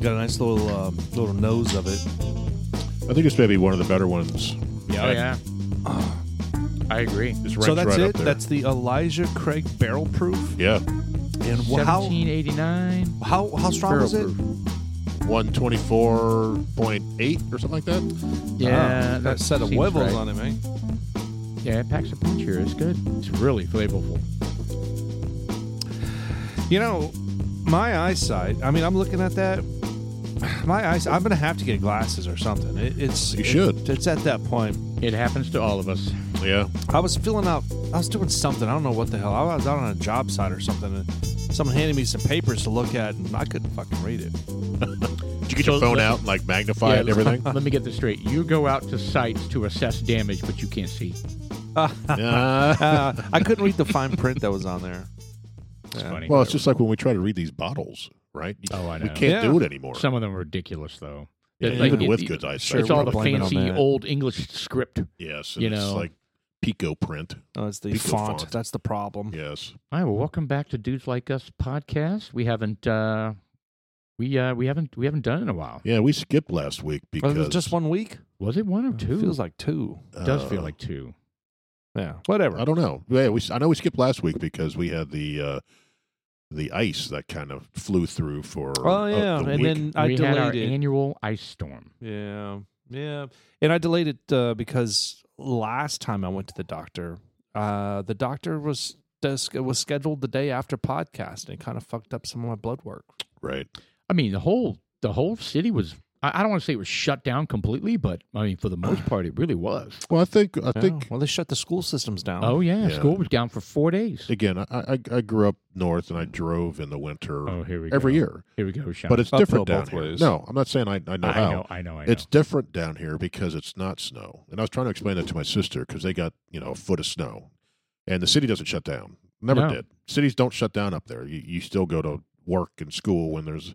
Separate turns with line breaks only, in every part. Got a nice little um, little nose of it.
I think it's maybe one of the better ones.
Yeah, oh, yeah. I agree.
It's ranked
so that's
right
it.
up there.
That's the Elijah Craig Barrel Proof.
yeah,
And wh- how
1789.
how how strong is it? Ah,
one twenty four point eight or something like that.
Yeah,
oh, got a set of
seems
huevos
right.
on eh? it, man.
Yeah, it packs a punch here. It's good. It's really flavorful.
You know, my eyesight. I mean, I'm looking at that. My eyes. I'm gonna have to get glasses or something. It, it's
You
it-
should.
It's at that point.
It happens to all of us.
Yeah,
I was filling out. I was doing something. I don't know what the hell. I was out on a job site or something, and someone handed me some papers to look at, and I couldn't fucking read it.
did you get your
So
phone
let-
out and like magnify it and
let-
everything?
Let me get this straight. You go out to sites to assess damage, but you can't see.
Nah.
Uh, I couldn't read the fine print that was on there.
It's funny.
well, it's just like when we try to read these bottles, right?
Oh, I
We
know.
Yeah.
can't do it anymore.
Some of them are ridiculous, though.
Yeah,
That, like,
even
it-
with
it-
good eyesight.
Sure,
It's all
we're
the
blaming on
fancy
that.
old English script.
Yes,
You
and it's
know.
like Pico print.
Oh, it's the
Pico
font.
font.
That's the problem.
Yes,
All right, well, welcome back to Dudes Like Us podcast. We haven't, uh, we uh, we haven't, we haven't done it in a while.
yeah, we skipped last week
Well,
because
Oh, it was just one week.
Was it one or two?
Feels like two.
uh,
does feel like two.
Yeah. Whatever.
I don't know. Yeah, we I know we skipped last week because we had the uh, the ice that kind of flew through for
Oh
uh,
yeah,
the
and
week.
then I
we
delayed
had our
it.
annual ice storm.
Yeah, yeah, and I delayed it uh, because last time I went to the doctor, uh, the doctor was dis- was scheduled the day after podcast, and it kind of fucked up some of my blood work.
right.
I mean, the whole the whole city was. I, I don't want to say it was shut down completely, but I mean, for the most part, it really was.
Well, I think I
Yeah,
think
well, they shut the school systems down.
Oh yeah,
Yeah.
school was down for four days.
again, I, I I grew up north and I drove in the winter
Oh, here we go.
every year,
Here we go, Sean.
but it's
Uphill
different down
both
here.
ways.
No, I'm not saying I, I know
I
how.
know, I know, I know.
It's different down here because it's not snow. And I was trying to explain that to my sister because they got you know a foot of snow, and the city doesn't shut down. Never
No.
did. Cities don't shut down up there. You, you still go to work and school when there's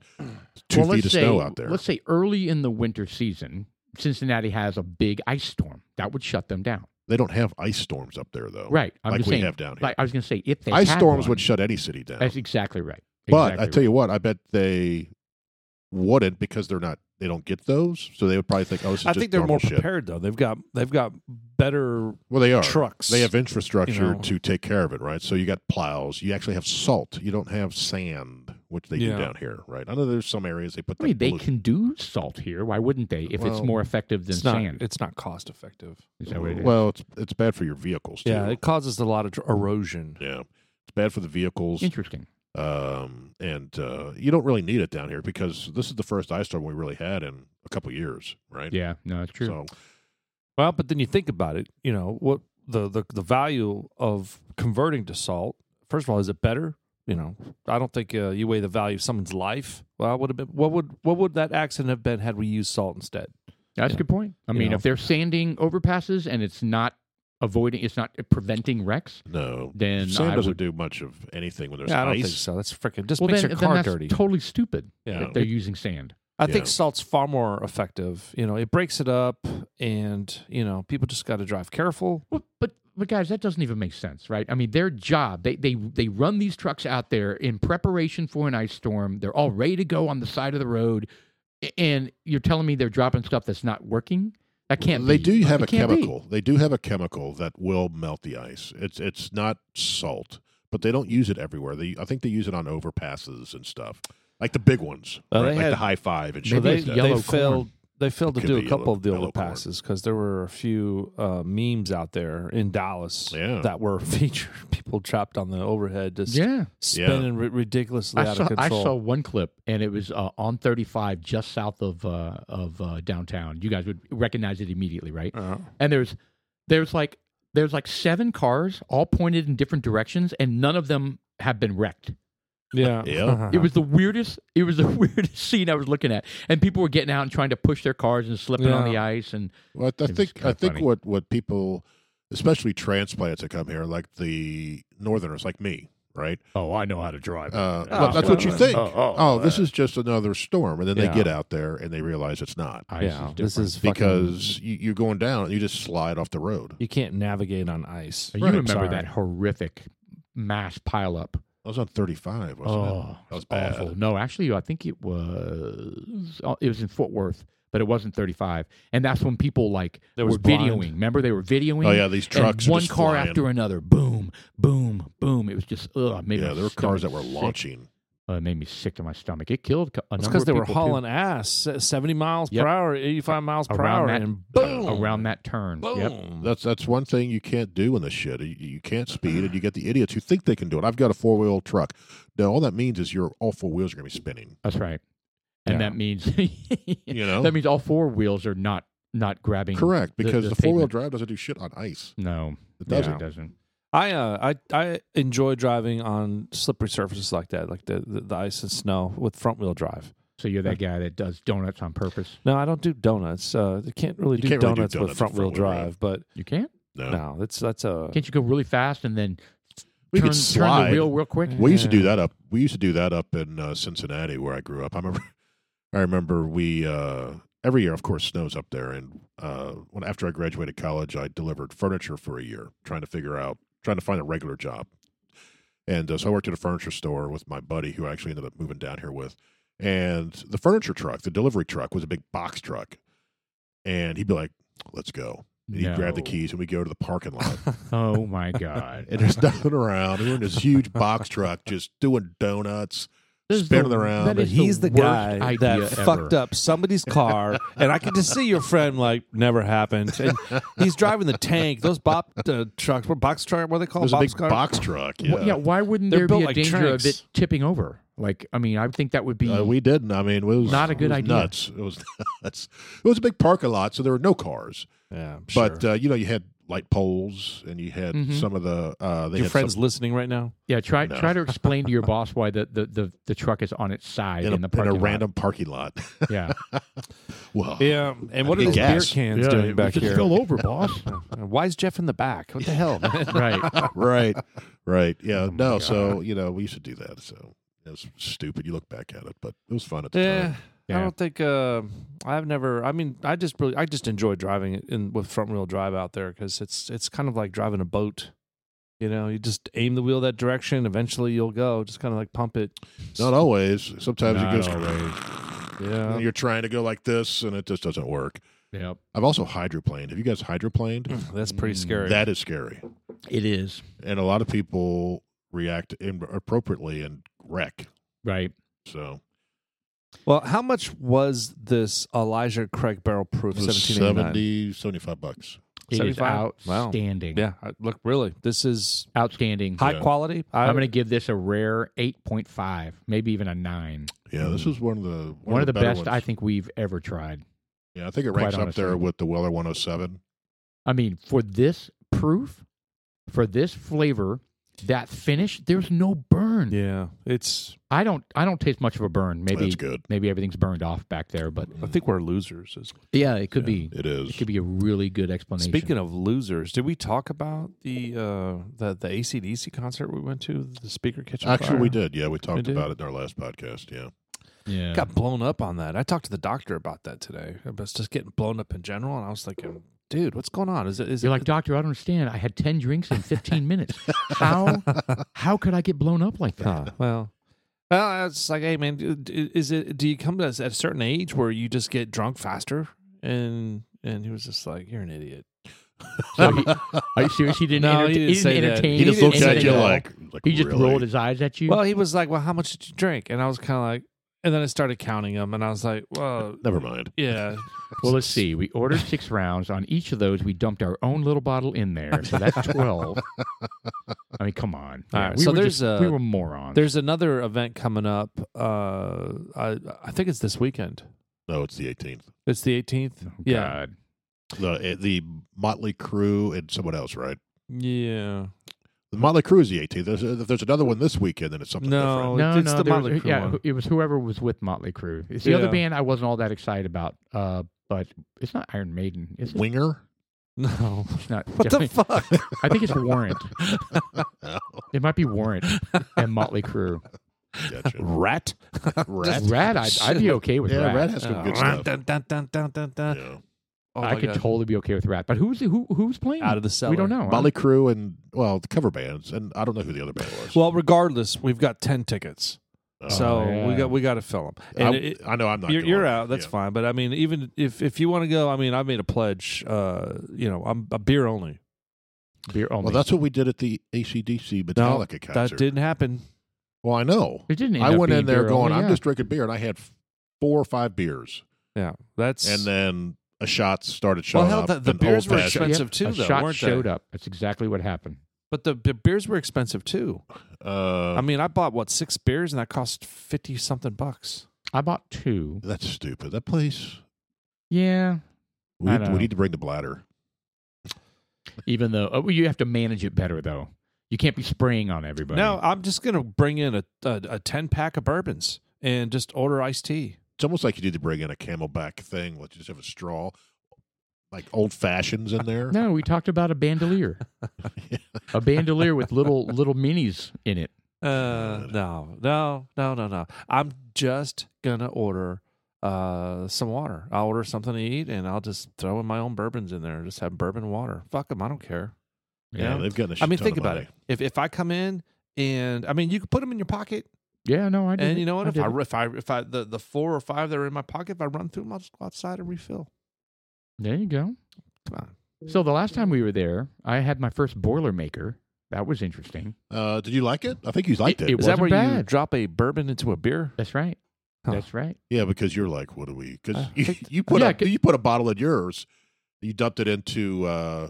two feet
Well, let's
of
say-
snow out there.
Let's say early in the winter season, Cincinnati has a big ice storm that would shut them down.
They don't have ice storms up there though,
Right. I'm
Oh, like
just
we
saying.
have down here.
Like I was going to say, if they
ice
had
storms
one,
would shut any city down.
That's exactly right.
But
Exactly
I tell you what, I bet they wouldn't because they're not. They don't get those, so they would probably think, "Oh, this is
I
just
think they're
normal
more
shit.
prepared though. They've got they've got better
Well, they are.
trucks.
They have infrastructure
You know.
to take care of it, right? So you got plows. You actually have salt. You don't have sand, which they
Yeah.
do down here, right? I know there's some areas they put.
I mean,
that
they
blue-
can do salt here. Why wouldn't they? If it's
Well,
more effective than
it's not
sand,
it's not cost effective.
is that what it is?
Well, it's it's bad for your vehicles. Too.
Yeah, it causes a lot of dr- erosion.
yeah. It's bad for the vehicles.
Interesting.
um, and uh, you don't really need it down here because this is the first ice storm we really had in a couple years, right?
Yeah, no, it's true.
So
Well, but then you think about it. You know what the the, the value of converting to salt. First of all, is it better? You know, I don't think uh, you weigh the value of someone's life. Well, would have been what would what would that accident have been had we used salt instead?
That's a good point. I
You
mean,
know.
if they're sanding overpasses and it's not avoiding, it's not preventing wrecks,
no,
then
sand
I
doesn't
would.
do much of anything when there's
yeah, I don't
ice.
think so. That's freaking just
well,
makes
then,
your
then
car
that's
dirty.
totally stupid.
Yeah.
that they're using sand.
I think
Yeah.
salt's far more effective. You know, it breaks it up, and you know, people just got to drive careful.
Well, but but guys, that doesn't even make sense, right? I mean, their job they they they run these trucks out there in preparation for an ice storm. They're all ready to go on the side of the road, a- and you're telling me they're dropping stuff that's not working. That can't.
they
be.
do have
It
a
can't be.
chemical. They do have a chemical that will melt the ice. It's it's not salt, but they don't use it everywhere. They I think they use it on overpasses and stuff, like the big ones,
Uh,
right?
they
like
had-
the high five and
So
shit.
Maybe
they,
it's
like that.
yellow
they failed. They failed to
Could
do a
be
couple
yellow-
of the
yellow corn.
overpasses because there were a few uh, memes out there in Dallas
Yeah.
that were featured. People trapped on the overhead, just
Yeah,
spinning ri- ridiculously
I
out
saw
of
I
control.
saw one clip, and it was uh, on 35, just south of uh, of uh, downtown. You guys would recognize it immediately, right?
Oh.
Uh,
and there's there's like there's like seven cars all pointed in different directions and none of them have been wrecked
yeah,
Yeah.
it was the weirdest it was the weirdest scene i was looking at and people were getting out and trying to push their cars and slipping on
Yeah.
the ice and
Well, I, I
It was
think
kinda
I think
funny.
what what people, especially transplants that come here, like the northerners, like me, right?
oh i know how to drive
Uh,
Oh,
well, that's what you
uh,
think.
oh, oh,
this is just another storm, and then they
Yeah.
get out there and they realize it's not
ice
yeah.
is
This
different.
is fucking-
because you, you're going down and you just slide off the road.
you can't navigate on ice.
you
Right,
remember
sorry.
that horrific mass pileup
I was on 35, wasn't it?
Oh,
That was bad.
awful. No, actually, I think it was oh, it was in Fort Worth, but it wasn't 35. And that's when people like
That
were
was blind.
videoing. Remember, they were videoing.
Oh yeah, these
and
trucks. are
one
just
car
flying.
after another. Boom, boom, boom. It was just ugh. Made
Yeah,
my
there were cars that
stomach
were
sick.
launching.
Uh, it made me sick to my stomach. It killed co- a
It's
number
because
of
they were
people, too,
hauling ass, ass, seventy miles
Yep.
per hour, eighty-five miles per
Around
hour,
that-
and boom,
around that turn.
boom.
Yep.
That's that's one thing you can't do in this shit. You, you can't speed, and you get the idiots who think they can do it. I've got a four wheel truck. Now all that means is your all four wheels are going to be spinning.
That's right. And
Yeah.
that means
You know,
that means all four wheels are not not grabbing.
correct
the-
because
the
the, four wheel
pavement.
drive doesn't do shit on ice.
No,
It
no,
doesn't.
it doesn't.
I uh, I I enjoy driving on slippery surfaces like that, like the the, the ice and snow with front wheel drive.
So you're that guy that does donuts on purpose.
No, I don't do donuts. Uh, you can't really
You
do
can't really do
donuts
donuts
with
with
front wheel
front-wheel drive.
drive, but
You can't.
No,
no, that's that's a
Can't you go really fast and then
we
turn,
could
turn the
slide.
wheel real quick?
we used to do
Yeah.
that up. We used to do that up in uh, Cincinnati where I grew up. I remember. I remember we uh, every year, of course, snows up there. And uh, when after I graduated college, I delivered furniture for a year, trying to figure out, trying to find a regular job. And uh, so I worked at a furniture store with my buddy, who I actually ended up moving down here with. And the furniture truck, the delivery truck, was a big box truck. And he'd be like, "Let's go." And he'd grab the
No.
keys, and we go to the parking lot
Oh my god!
and there's nothing around. We're in this huge box truck just doing donuts.
This is
spinning
the-
around.
that
But
is
he's the,
worst
guy that
idea
fucked
ever.
up somebody's car, and I can just see your friend like never happened. And he's driving the tank. Those bop uh, trucks, what box truck? What are they
Oh,
called?
There's a
Box
big
car?
box truck. Yeah.
Wh- yeah. Why wouldn't
They're
there
built
be a
like
danger of
tanks.
it tipping over? Like, I mean, I think that would be.
Uh, we didn't. I mean, it was
Not a
it
good
was
idea.
Nuts. It was nuts. It was a big parking lot, so there were no cars.
Yeah, I'm
But
sure.
uh, you know, you had light poles, and you had
Mhm.
some of the. Uh, they
your
had
friend's
some,
listening right now.
yeah. Try
no.
try to explain to your boss why the, the, the, the truck is on its side
in
in,
a,
the
in
parking
a
lot.
random parking lot.
Yeah.
well,
Yeah, and what are
need
these beer
gas.
cans
Yeah, we
doing back
should
here?
spill over, boss.
Why is Jeff in the back? What the hell? man?
right.
right, right. Yeah.
Oh my
no. So you know, we used to do that. So it was stupid. You look back at it, but it was fun at the
yeah.
time.
I
Yeah.
don't think uh, I've never. I mean, I just really, I just enjoy driving in with front wheel drive out there because it's it's kind of like driving a boat. You know, you just aim the wheel that direction. Eventually, you'll go. Just kind of like pump it.
Not always. Sometimes
Not
it goes.
always.
Yeah.
And you're trying to go like this, and it just doesn't work.
Yep.
I've also hydroplaned. Have you guys hydroplaned?
That's pretty
Mm,
scary.
that is scary,
It is.
and a lot of people react inappropriately and wreck.
Right.
So
well, how much was this Elijah Craig barrel proof?
it was
Seventeen eighty nine.
70, 75 bucks.
It is
75? Wow.
outstanding.
Yeah. I- Look, really, this is
Outstanding.
high
Yeah.
quality. I,
I'm going to give this a rare 8.5, maybe even a 9.
Yeah, this is one of the one,
Hmm. One, of the
better
best
ones.
I think we've ever tried.
Yeah, I think it
quite
ranks up there
honestly.
with the Weller 107.
I mean, for this proof, for this flavor, that finish, there's no burn.
Yeah. It's.
I don't I don't taste much of a burn. Maybe
That's good.
maybe everything's burned off back there, but
I think we're losers. is-
yeah, it could be.
It is.
It could be a really good explanation.
Speaking of losers, did we talk about the uh, the the ACDC concert we went to? The speaker kitchen.
Actually,
fire?
we did. Yeah, we talked
did?
about it in our last podcast. Yeah.
yeah.
Got blown up on that. I talked to the doctor about that today. I was just getting blown up in general, and I was thinking, dude, what's going on? Is it is
You're
it
like, "Doctor, I don't understand. I had 10 drinks in 15 minutes. How how could I get blown up like that?"
Huh, well, well, it's like, hey, man, d- d- is it? Do you come to us at a certain age where you just get drunk faster? And and he was just like, you're an idiot.
So he, are you serious? He didn't,
No,
enter-
he didn't say that.
entertain.
He
He just
didn't
looks at
say
you
that.
like, like
he just
really?
rolled his eyes at you.
Well, he was like, well, how much did you drink? And I was kind of like, and then I started counting them, and I was like, well,
Never mind.
yeah,
Well, let's see. We ordered six rounds. On each of those, we dumped our own little bottle in there. So that's 12. I mean, come on.
All
Yeah,
right,
we
so
were
there's
just-
a-
we were morons.
There's another event coming up. Uh, I I think it's this weekend.
No, it's the 18th.
It's the 18th.
Oh,
yeah,
God.
The eh, the Motley Crew and someone else, right?
yeah.
The Motley Crue is the 18th. There's, if there's another one this weekend, then it's something
No.
different.
No,
it's
no,
the
there
Motley
was,
Crue
yeah,
one.
it was whoever was with Motley Crue. It's the
Yeah.
other band I wasn't all that excited about, uh, but it's not Iron Maiden. It's
Winger?
No.
not.
What the fuck?
I think it's Warrant.
No.
It might be Warrant and Motley Crue.
Gotcha.
Rat.
Rat?
Rat, I'd, I'd be okay with
Yeah,
Rat.
Oh,
Rat has some good stuff.
Dun, dun, dun, dun, dun, dun.
Yeah.
Oh
I
my
could
God.
totally be okay with Rat. But who's who? Who's playing?
out of the cellar.
we don't know.
Molly Crew and well, the cover bands, and I don't know who the other band was.
Well, regardless, we've got ten tickets,
Uh,
so we
yeah.
got we got to fill them.
I,
And it-
I know I'm not.
you're,
going.
you're out. That's
Yeah.
fine. But I mean, even if if you want to go, I mean, I made a pledge. Uh, you know, I'm a beer only.
Beer only.
Well, that's what we did at the ACDC Metallica concert.
That didn't happen.
Well, I know.
It didn't. end
I
up
went in
being
there
beer
going,
only,
I'm
yeah.
just drinking beer, and I had f- four or five beers,
Yeah, that's
and then a shot started
well,
showing
hell,
up.
the, the
and
beers were
old fashioned-
Yep,
expensive too,
a
though,
shot
weren't
showed
they?
up. That's exactly what happened.
But the, the beers were expensive too.
Uh,
I mean, I bought what six beers, and that cost fifty something bucks.
I bought two.
that's stupid. That place.
Yeah,
We,
I
need-
know.
we need to bring the bladder.
even though oh, well, you have to manage it better though. You can't be spraying on everybody.
No, I'm just gonna bring in a a, a ten pack of bourbons and just order iced tea.
It's almost like you need to bring in a camelback thing. Let's just have a straw, like old fashions in there.
no. We talked about a bandolier, a bandolier with little little minis in it.
Uh,
God.
no, no, no, no, no. I'm just gonna order uh some water. I'll order something to eat, and I'll just throw in my own bourbons in there. Just have bourbon water. Fuck them. I don't care.
yeah,
Yeah.
they've gotten. A
I mean,
shit ton
think
of
about
money.
it. If if I come in and I mean, you could put them in your pocket,
yeah. No, I did.
and you know what?
I
if
did
I
it.
if I if I the, the four or five that are in my pocket, if I run through them, I'll just go outside and refill.
there you go.
Come on.
So the last time we were there, I had my first Boilermaker. That was interesting.
Uh, did you like it? I think you liked it.
It
Is that where
wasn't
you
bad.
drop a bourbon into a beer?
That's right.
Huh.
That's right.
yeah, because you're like, what do we? Because
Uh,
you,
think-
you put
Yeah,
a,
c-
you put a bottle in yours, you dumped it into uh,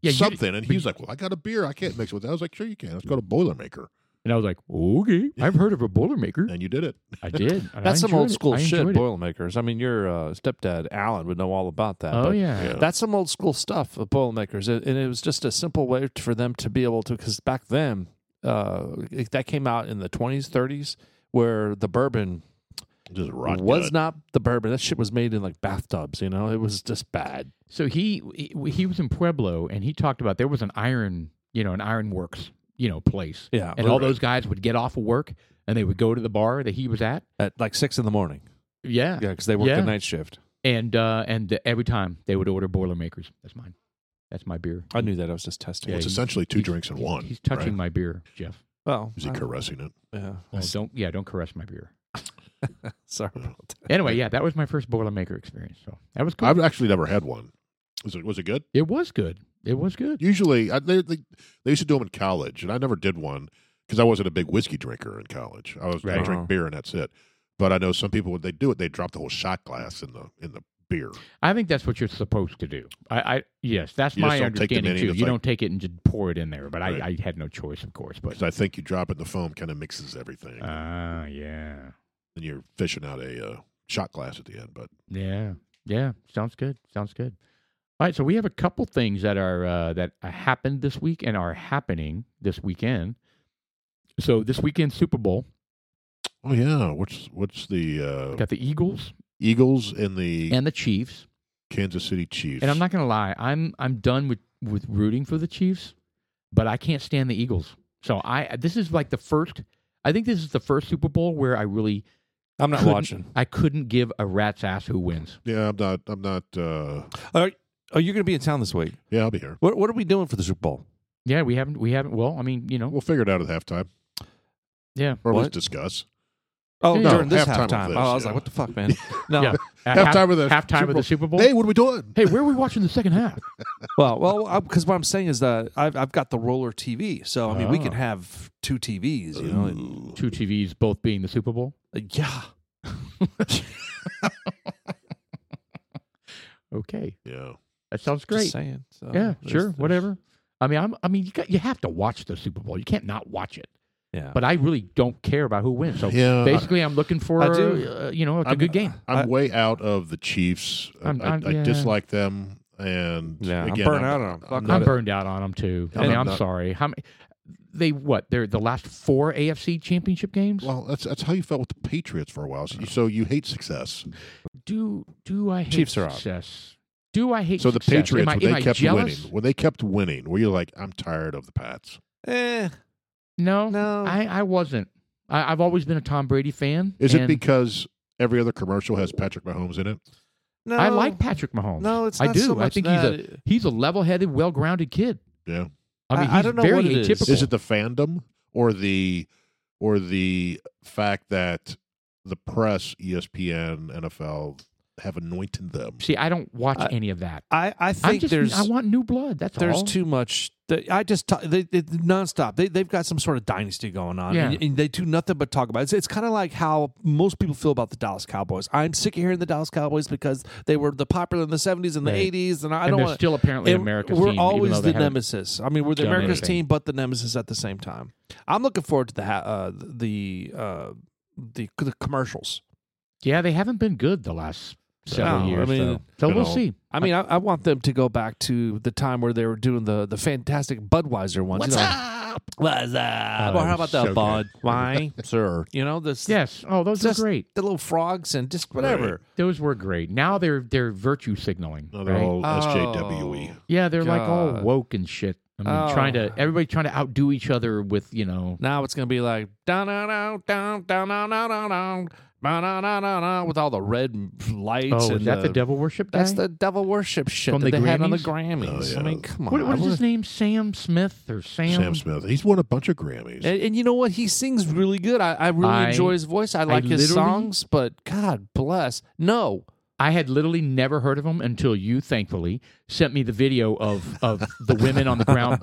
Yeah, you-
something, and he was like, well, I got a beer. I can't mix it with that. I was like, sure you can. Let's go to Boilermaker,
and I was like, okay, I've heard of a Boilermaker.
and you did it.
I did. and I
That's some
enjoyed
old
it.
school
I
shit,
enjoyed it.
Boilermakers. I mean, your uh, stepdad, Alan, would know all about that.
Oh
but
yeah.
Yeah.
That's some old school stuff of Boilermakers. And and it was just a simple way for them to be able to, because back then, uh, it- that came out in the 20s, 30s, where the bourbon
Just rot
was
gut.
not the bourbon. That shit was made in like bathtubs, you know? It was just bad.
So he he- he was in Pueblo, and he talked about there was an iron, you know, an iron works, you know, place,
Yeah.
and all those guys would get off of work and they would go to the bar that he was at.
At like six in the morning.
Yeah,
Yeah, because they worked
Yeah.
the night shift.
and uh, and every time they would order Boilermakers. That's mine. That's my beer.
I knew that. I was just testing.
Yeah,
Well, it's
you-
essentially two
he's-
drinks in
he's-
one.
He's touching
right?
my beer, Jeff.
Well,
Is he
I-
caressing it?
Yeah.
Oh, don't yeah, don't caress my beer.
Sorry about that.
Anyway, yeah, that was my first Boilermaker experience. So that was cool.
I've actually never had one. Was it was it good?
it was good. It was good.
Usually, I, they, they they used to do them in college, and I never did one because I wasn't a big whiskey drinker in college. I was I
Right.
drink
Uh-huh.
beer and that's it. But I know some people when they do it, they drop the whole shot glass in the in the beer.
I think that's what you're supposed to do. I, I yes, that's
You just
my
don't take the
understanding
mini,
too.
it's
You
like-
don't take it and just pour it in there. But I,
Right.
I had no choice, of course. But
Because I think you drop it in the foam, kind of mixes everything,
Ah, yeah.
and you're fishing out a uh, shot glass at the end. But
Yeah. Yeah. Sounds good. Sounds good. All right. So we have a couple things that are uh, that happened this week and are happening this weekend. So this weekend Super Bowl
oh yeah, what's what's the uh,
got the Eagles
Eagles and the
and the Chiefs.
Kansas City Chiefs?
And I'm not gonna lie, I'm I'm done with with rooting for the Chiefs, but I can't stand the Eagles. So I this is like the first. I think this is the first Super Bowl where I really
I'm not
couldn't-
watching.
I couldn't give a rat's ass who wins.
Yeah, I'm not. I'm not. Uh,
Oh, you're going to be in town this week.
yeah, I'll be here.
What, what are we doing for the Super Bowl?
Yeah, we haven't we haven't. Well, I mean, you know,
We'll figure it out at halftime,
yeah.
or at
What?
least discuss.
Oh,
No,
during this
halftime of
halftime.
this,
oh, I was
yeah.
like, what the fuck, man? No.
Yeah. Uh,
Halftime of the
halftime
Super
of
Bowl.
the Super Bowl.
Hey, what are we doing?
Hey, where are we watching the second half?
Well, well, because what I'm saying is that I've I've got the roller TV, so I mean we
Oh.
can have two TVs, you know. and-
Ooh.
Two TVs, both being the Super Bowl.
uh, yeah,
Okay,
Yeah.
that sounds
Just
great.
saying. So,
Yeah,
there's-
sure,
there's-
whatever. I mean, I'm, I mean, you got, you have to watch the Super Bowl. You can't not watch it.
Yeah,
But I really don't care about who wins. So
Yeah, I-
basically, I'm looking for
I do.
uh, you know a
Uh, I'm-
good game.
I'm
I-
way out of the Chiefs. I-
I'm-
I,
I'm-
I
yeah.
dislike them, and
Yeah, I'm
again,
burnt out on 'em. Fuck
I'm
not a-
burned out on them too. I
I'm
mean,
not-
I'm
not-
sorry. How many? They what? They're the last four AFC Championship games.
well, that's that's how you felt with the Patriots for a while. So you, so you hate success.
do do I hate
Chiefs are out.
success? Do I hate
So the
success? Am
Patriots,
I-
when
am
they
I
kept
jealous?
winning, when they kept winning, were you like, I'm tired of the Pats?
Eh,
No,
No.
I, I wasn't. I, I've always been a Tom Brady fan.
Is it
and-
because every other commercial has Patrick Mahomes in it?
No,
I like Patrick Mahomes.
No, it's
I
not
do.
so
I
much
think
that.
he's a he's a level-headyed, well-grounded kid.
Yeah.
I
I-
mean, he's
I don't know
very
what it is.
atypical.
Is it the fandom or the or the fact that the press, E ESPN, NFL have anointed them?
See, I don't watch
I-
any of that.
I I
I
think
just
there's
I want new blood. That's
there's
all.
too much. they- I just talk, they, they nonstop. They they've got some sort of dynasty going on,
Yeah.
and, and they do nothing but talk about it. It's, it's kind of like how most people feel about the Dallas Cowboys. I'm sick of hearing the Dallas Cowboys because they were the popular in the 70s and
Right.
the 80s, and I
and
don't
they're
want.
still apparently
And
America's
we're
team. even
always
though they
the
haven't-
nemersis. I mean, we're the
done
America's
anything.
team, but the nemesis at the same time. I'm looking forward to the ha- uh, the uh, the the commercials.
Yeah, they haven't been good the last several
No, I
years.
mean,
though. so
you
we'll
know,
see.
I mean, I, I want them to go back to the time where they were doing the the fantastic Budweiser ones. you know,
up?
What's up?
Oh,
or how
it
about
was so
that
good.
Bud? Why, sir? You know this.
Yes. Oh, those
just-
are great.
The little frogs and just whatever.
Those were great. Now they're they're virtue signaling.
No, they're
right?
all SJWE.
Oh.
yeah, they're like all
God.
woke and shit. I mean, trying to
Oh.
everybody trying to outdo each other with you know.
Now it's gonna be like down, down, down, down, down, down, down, down, down, down, down, with all the red lights.
Oh,
and
is that the,
the
devil worship guy?
That's the devil worship shit
From
that
the
they had on the
Grammys?
Grammys.
Oh,
I
yeah.
mean, come on.
what, what is his name? Sam Smith or Sam?
Sam Smith. He's won a bunch of Grammys.
And, and you know what? He sings really good. I, I really
I-
enjoy his voice. I like his
literally-
songs, but God bless. No.
I had literally never heard of him until you, thankfully, sent me the video of of the women on the ground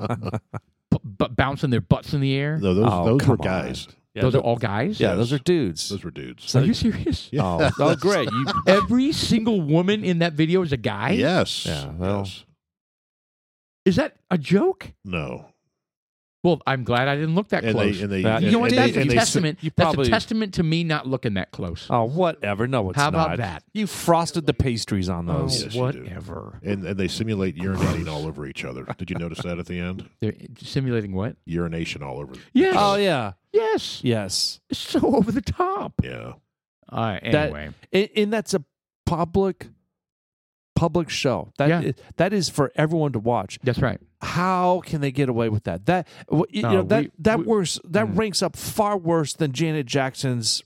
b- b- bouncing their butts in the air.
no, those
Oh,
those were
come on.
guys.
those are all guys.
Yeah,
Yes.
those are dudes.
Those were dudes.
So-
Are you serious?
Yeah.
Oh, oh, great. You,
Every single woman in that video is a guy.
yes.
Yeah, well-
Yes.
Is that a joke?
No.
Well, I'm glad I didn't look that
And
close.
they and they
That-
you know what?
and
they-
That's a
and they-
testament.
you
that's
probably-
a testament to me not looking that close.
oh, whatever. No, it's
How
not.
about that?
You frosted the pastries on
Oh,
those.
yes, you do.
whatever.
and, and they simulate urinating all over each other. Did you notice that at the end?
They're simulating what?
Urination all over.
Yes.
Oh, yeah.
Yes.
Yes.
It's so over the top.
Yeah.
Uh,
That-
anyway,
And, and that's a public public show. That
Yeah.
i- that is for everyone to watch.
that's right.
How can they get away with that? That w- you
No,
know that
we-
that
we-
worse that
Mm.
ranks up far worse than Janet Jackson's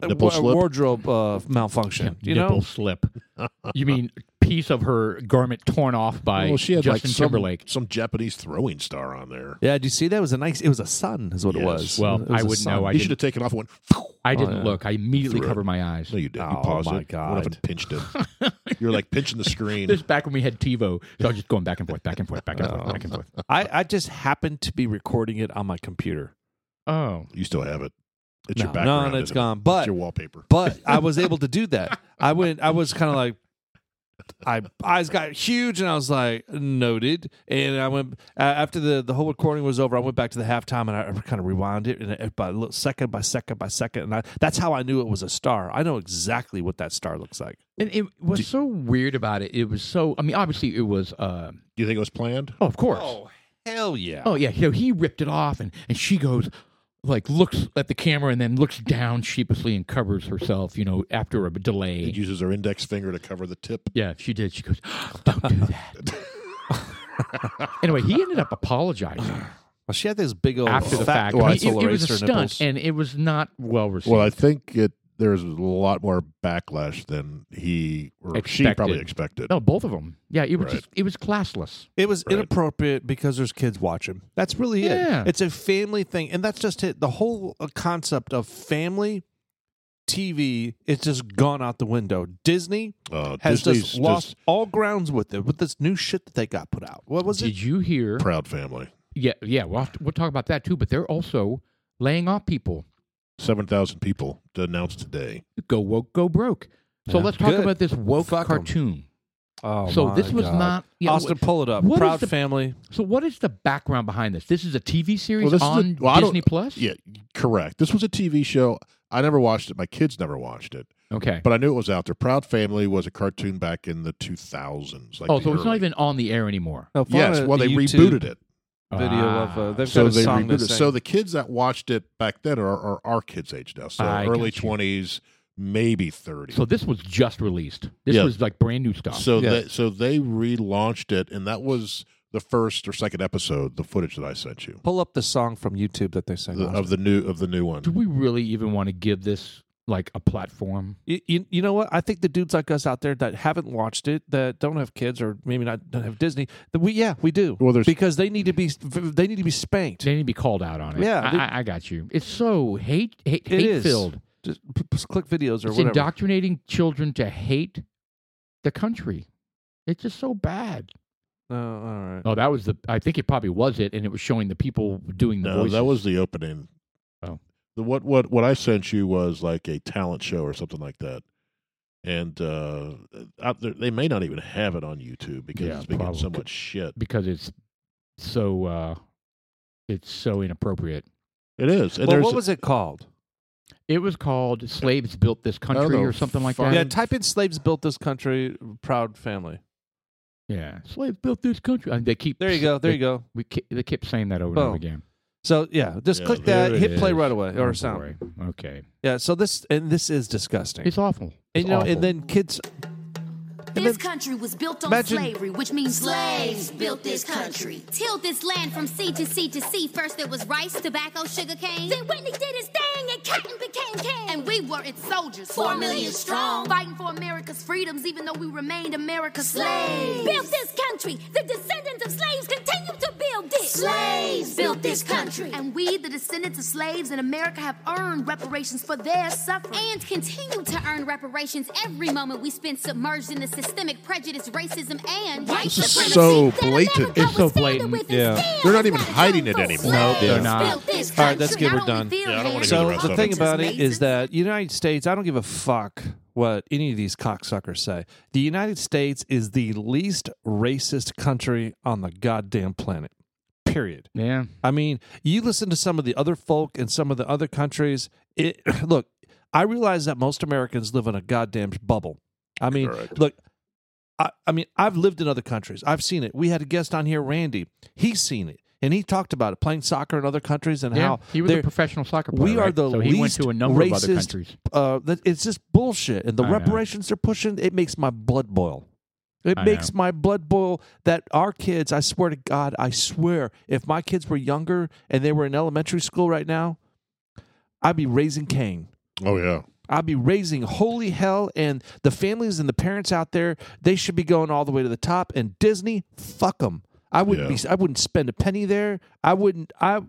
uh,
Nipple
wa-
slip?
wardrobe uh, malfunction. You
Nipple
know,
slip. You mean piece of her garment torn off by
well, she had
Justin
like some,
Timberlake?
some Japanese throwing star on there.
yeah. Did you see that? It was a nice. It was a sun, is what it
Yes.
was.
Well,
It was
I
a
wouldn't know.
sun.
I
you
didn't-
should have taken off one.
I didn't
yeah.
look. I immediately
Threw it.
covered my eyes.
No, you didn't. You
Oh,
paused
my
it. Went up
God.
and pinched it. you were like pinching the screen.
This is back when we had TiVo, so I was just going back and forth, back and forth, back and forth, back
Oh.
and forth.
I, I just happened to be recording it on my computer.
Oh,
you still have it. It's
No,
your background.
none, it's
isn't it?
gone. But
it's your wallpaper.
but I was able to do that. I went. I was kind of like, I eyes got huge, and I was like noted. And I went uh, after the the whole recording was over. I went back to the halftime, and I kind of rewound it, and it, by little, second by second by second, and I, that's how I knew it was a star. I know exactly what that star looks like.
and it was so weird about it. It was so. I mean, obviously, it was. Uh,
Do you think it was planned?
oh, of course.
hell yeah!
Oh yeah, so he ripped it off, and and she goes, like looks at the camera, and then looks down sheepishly and covers herself. You know, after a delay.
It uses her index finger to cover the tip.
yeah, she did. She goes, don't do that. anyway, he ended up apologizing
Oh.
Well, she had this big old
after the
fat
fact.
Well,
I mean,
it's
it,
all
it was a
eraser
stunt,
nipples.
and it was not well received.
Well, I think it. There's a lot more backlash than he or she
Expected.
probably expected.
no, both of them. Yeah, it was
Right.
just, it was classless.
It was
Right.
inappropriate because there's kids watching. That's really
Yeah.
it. It's a family thing, and that's just it. The whole uh, concept of family TV it's just gone out the window. Disney
Uh,
has
Disney's
just lost all grounds with it with this new shit that they got put out. What was
Did
it?
you hear?
proud family.
Yeah, yeah. We'll have to, we'll talk about that too. But they're also laying off people.
Seven thousand people announced today.
Go woke, go broke. So
Yeah.
let's talk
Good.
about this woke
Fuck 'em.
cartoon.
Oh,
so
my
this was
God.
not you know,
Austin. Pull it up.
what is
Proud
the-
family.
So what is the background behind this? This is a TV series
Well, this is a-
on
well, I don't-
Disney Plus.
Yeah, correct. This was a TV show. I never watched it. My kids never watched it,
Okay.
but I knew it was out there. Proud Family was a cartoon back in the two thousands. Like
oh,
the
so it's not
early-
even on the air anymore.
No,
Oh, Yes,
find a
well, they
YouTube
rebooted it.
Video of uh, they've
So
got a
they
song.
rebooted
They
it. So the kids that watched it back then are, are our kids' age now. So
I
early
got you.
twenties, maybe thirty.
So this was just released. This
Yeah.
was like brand new stuff.
So
Yeah.
they, so they relaunched it, and that was the first or second episode. The footage that I sent you
pull up the song from YouTube that they sang.
the,
Austin.
of the new of the new one.
Do we really even want to give this like a platform.
You, you, you know what? I think the dudes like us out there that haven't watched it, that don't have kids, or maybe not don't have Disney, that we yeah we do
Well, there's
because they need to be they need to be spanked.
They need to be called out on it.
Yeah,
I,
they-
I, I got you. It's so hate hate
It
hate
is.
filled.
Just p- p- click videos or
It's
whatever.
indoctrinating children to hate the country. It's just so bad.
oh, all right.
Oh, that was the. I think it probably was it, and it was showing the people doing the
No,
voices.
that was the opening.
Oh.
The, what what what I sent you was like a talent show or something like that, and uh, out there, they may not even have it on YouTube because
Yeah,
it's been getting so
probably.
much shit.
because it's so uh, it's so inappropriate.
It is. And
Well,
there's
what was it called?
It was called "Slaves Built This Country"
Oh,
know.
or something like
Fuck.
that.
Yeah, type in "slaves built this country, proud family."
Yeah, slaves built this country. And they keep
There you go. There you go.
We ke- they kept saying that over and
Boom.
over again.
So yeah, just
Yeah,
click
there
that,
it
hit play
is.
right away
Oh,
uh, or sound.
boy. Okay,
Yeah. So this and this is disgusting.
it's awful.
and
It's
you know,
awful.
and then kids. and then-
This country was built on
Imagine-
slavery, which means slaves built this country. Tilled this land from sea to sea to sea. First there was rice, tobacco, sugar cane. Then Whitney did his thing and cotton became king. And we were its soldiers, four million strong, fighting for America's freedoms, even though we remained America's slaves. Built this country. The descendants of slaves continue to build it. Slaves built this country. And we, the descendants of slaves in America, have earned reparations for their suffering. And continue to earn reparations every moment we spend submerged in the systemic prejudice, racism, and white
This is
supremacy
so
that
blatant.
America
It's so
was founded
blatant.
with
Yeah.
instead.
They're not even
It's a
hiding it
handful.
anymore.
Slaves
They're not.
built this
All right, let's
country.
get her
Not only
done.
feel
Yeah, I don't wanna
hate,
hear
So
rest
the
of
thing
it.
about it is
Amazing.
that the United States, I don't give a fuck what any of these cocksuckers say. The United States is the least racist country on the goddamn planet. Period.
yeah,
I mean, you listen to some of the other folk in some of the other countries. It look, I realize that most Americans live in a goddamn bubble. I mean,
Correct.
look, I, I mean, I've lived in other countries. I've seen it. We had a guest on here, Randy. He's seen it, and he talked about it playing soccer in other countries and
yeah.
how
He was
they're-
a professional soccer player.
we are
right?
the
so
least
he went to a number of other
racist
countries.
uh, that it's just bullshit. And the
I know.
reparations they're pushing, it makes my blood boil. It
I
makes my blood boil that our kids, I swear to God, I swear, if my kids were younger and they were in elementary school right now, I'd be raising Cain.
oh yeah,
I'd be raising holy hell. And the families and the parents out there, they should be going all the way to the top. And Disney, fuck them. I wouldn't
Yeah.
be. I wouldn't spend a penny there. I wouldn't. I.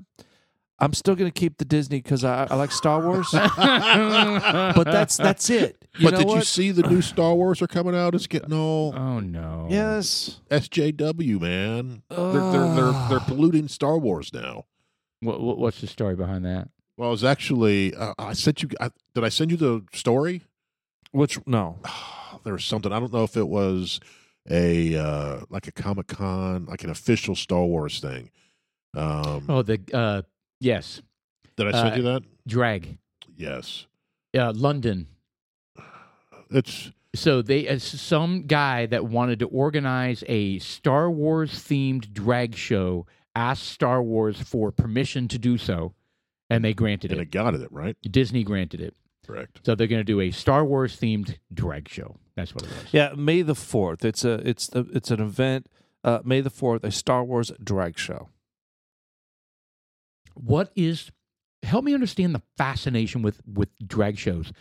I'm still gonna keep the Disney because I, I like Star Wars. but that's that's it. You
but
know
did you
what?
see the new Star Wars are coming out? It's getting all
Oh no.
Yes.
SJW, man. They're, they're
uh.
they're they're polluting Star Wars now.
What, what, what's the story behind that?
Well, it's actually uh, I sent you. I, did I send you the story?
Which no.
there was something I don't know if it was a uh, like a Comic Con, like an official Star Wars thing. Um,
Oh, the uh, yes,
did I send
uh,
you that?
drag,
Yes,
uh, London.
it's
So they uh, s- some guy that wanted to organize a Star Wars themed drag show asked Star Wars for permission to do so, and they granted
and
it.
it got it right.
Disney granted it.
Correct.
So they're going to do a Star Wars themed drag show. That's what it was.
Yeah, May the fourth. It's a it's a, it's an event. Uh, May the fourth, a Star Wars drag show.
What is? Help me understand the fascination with with drag shows.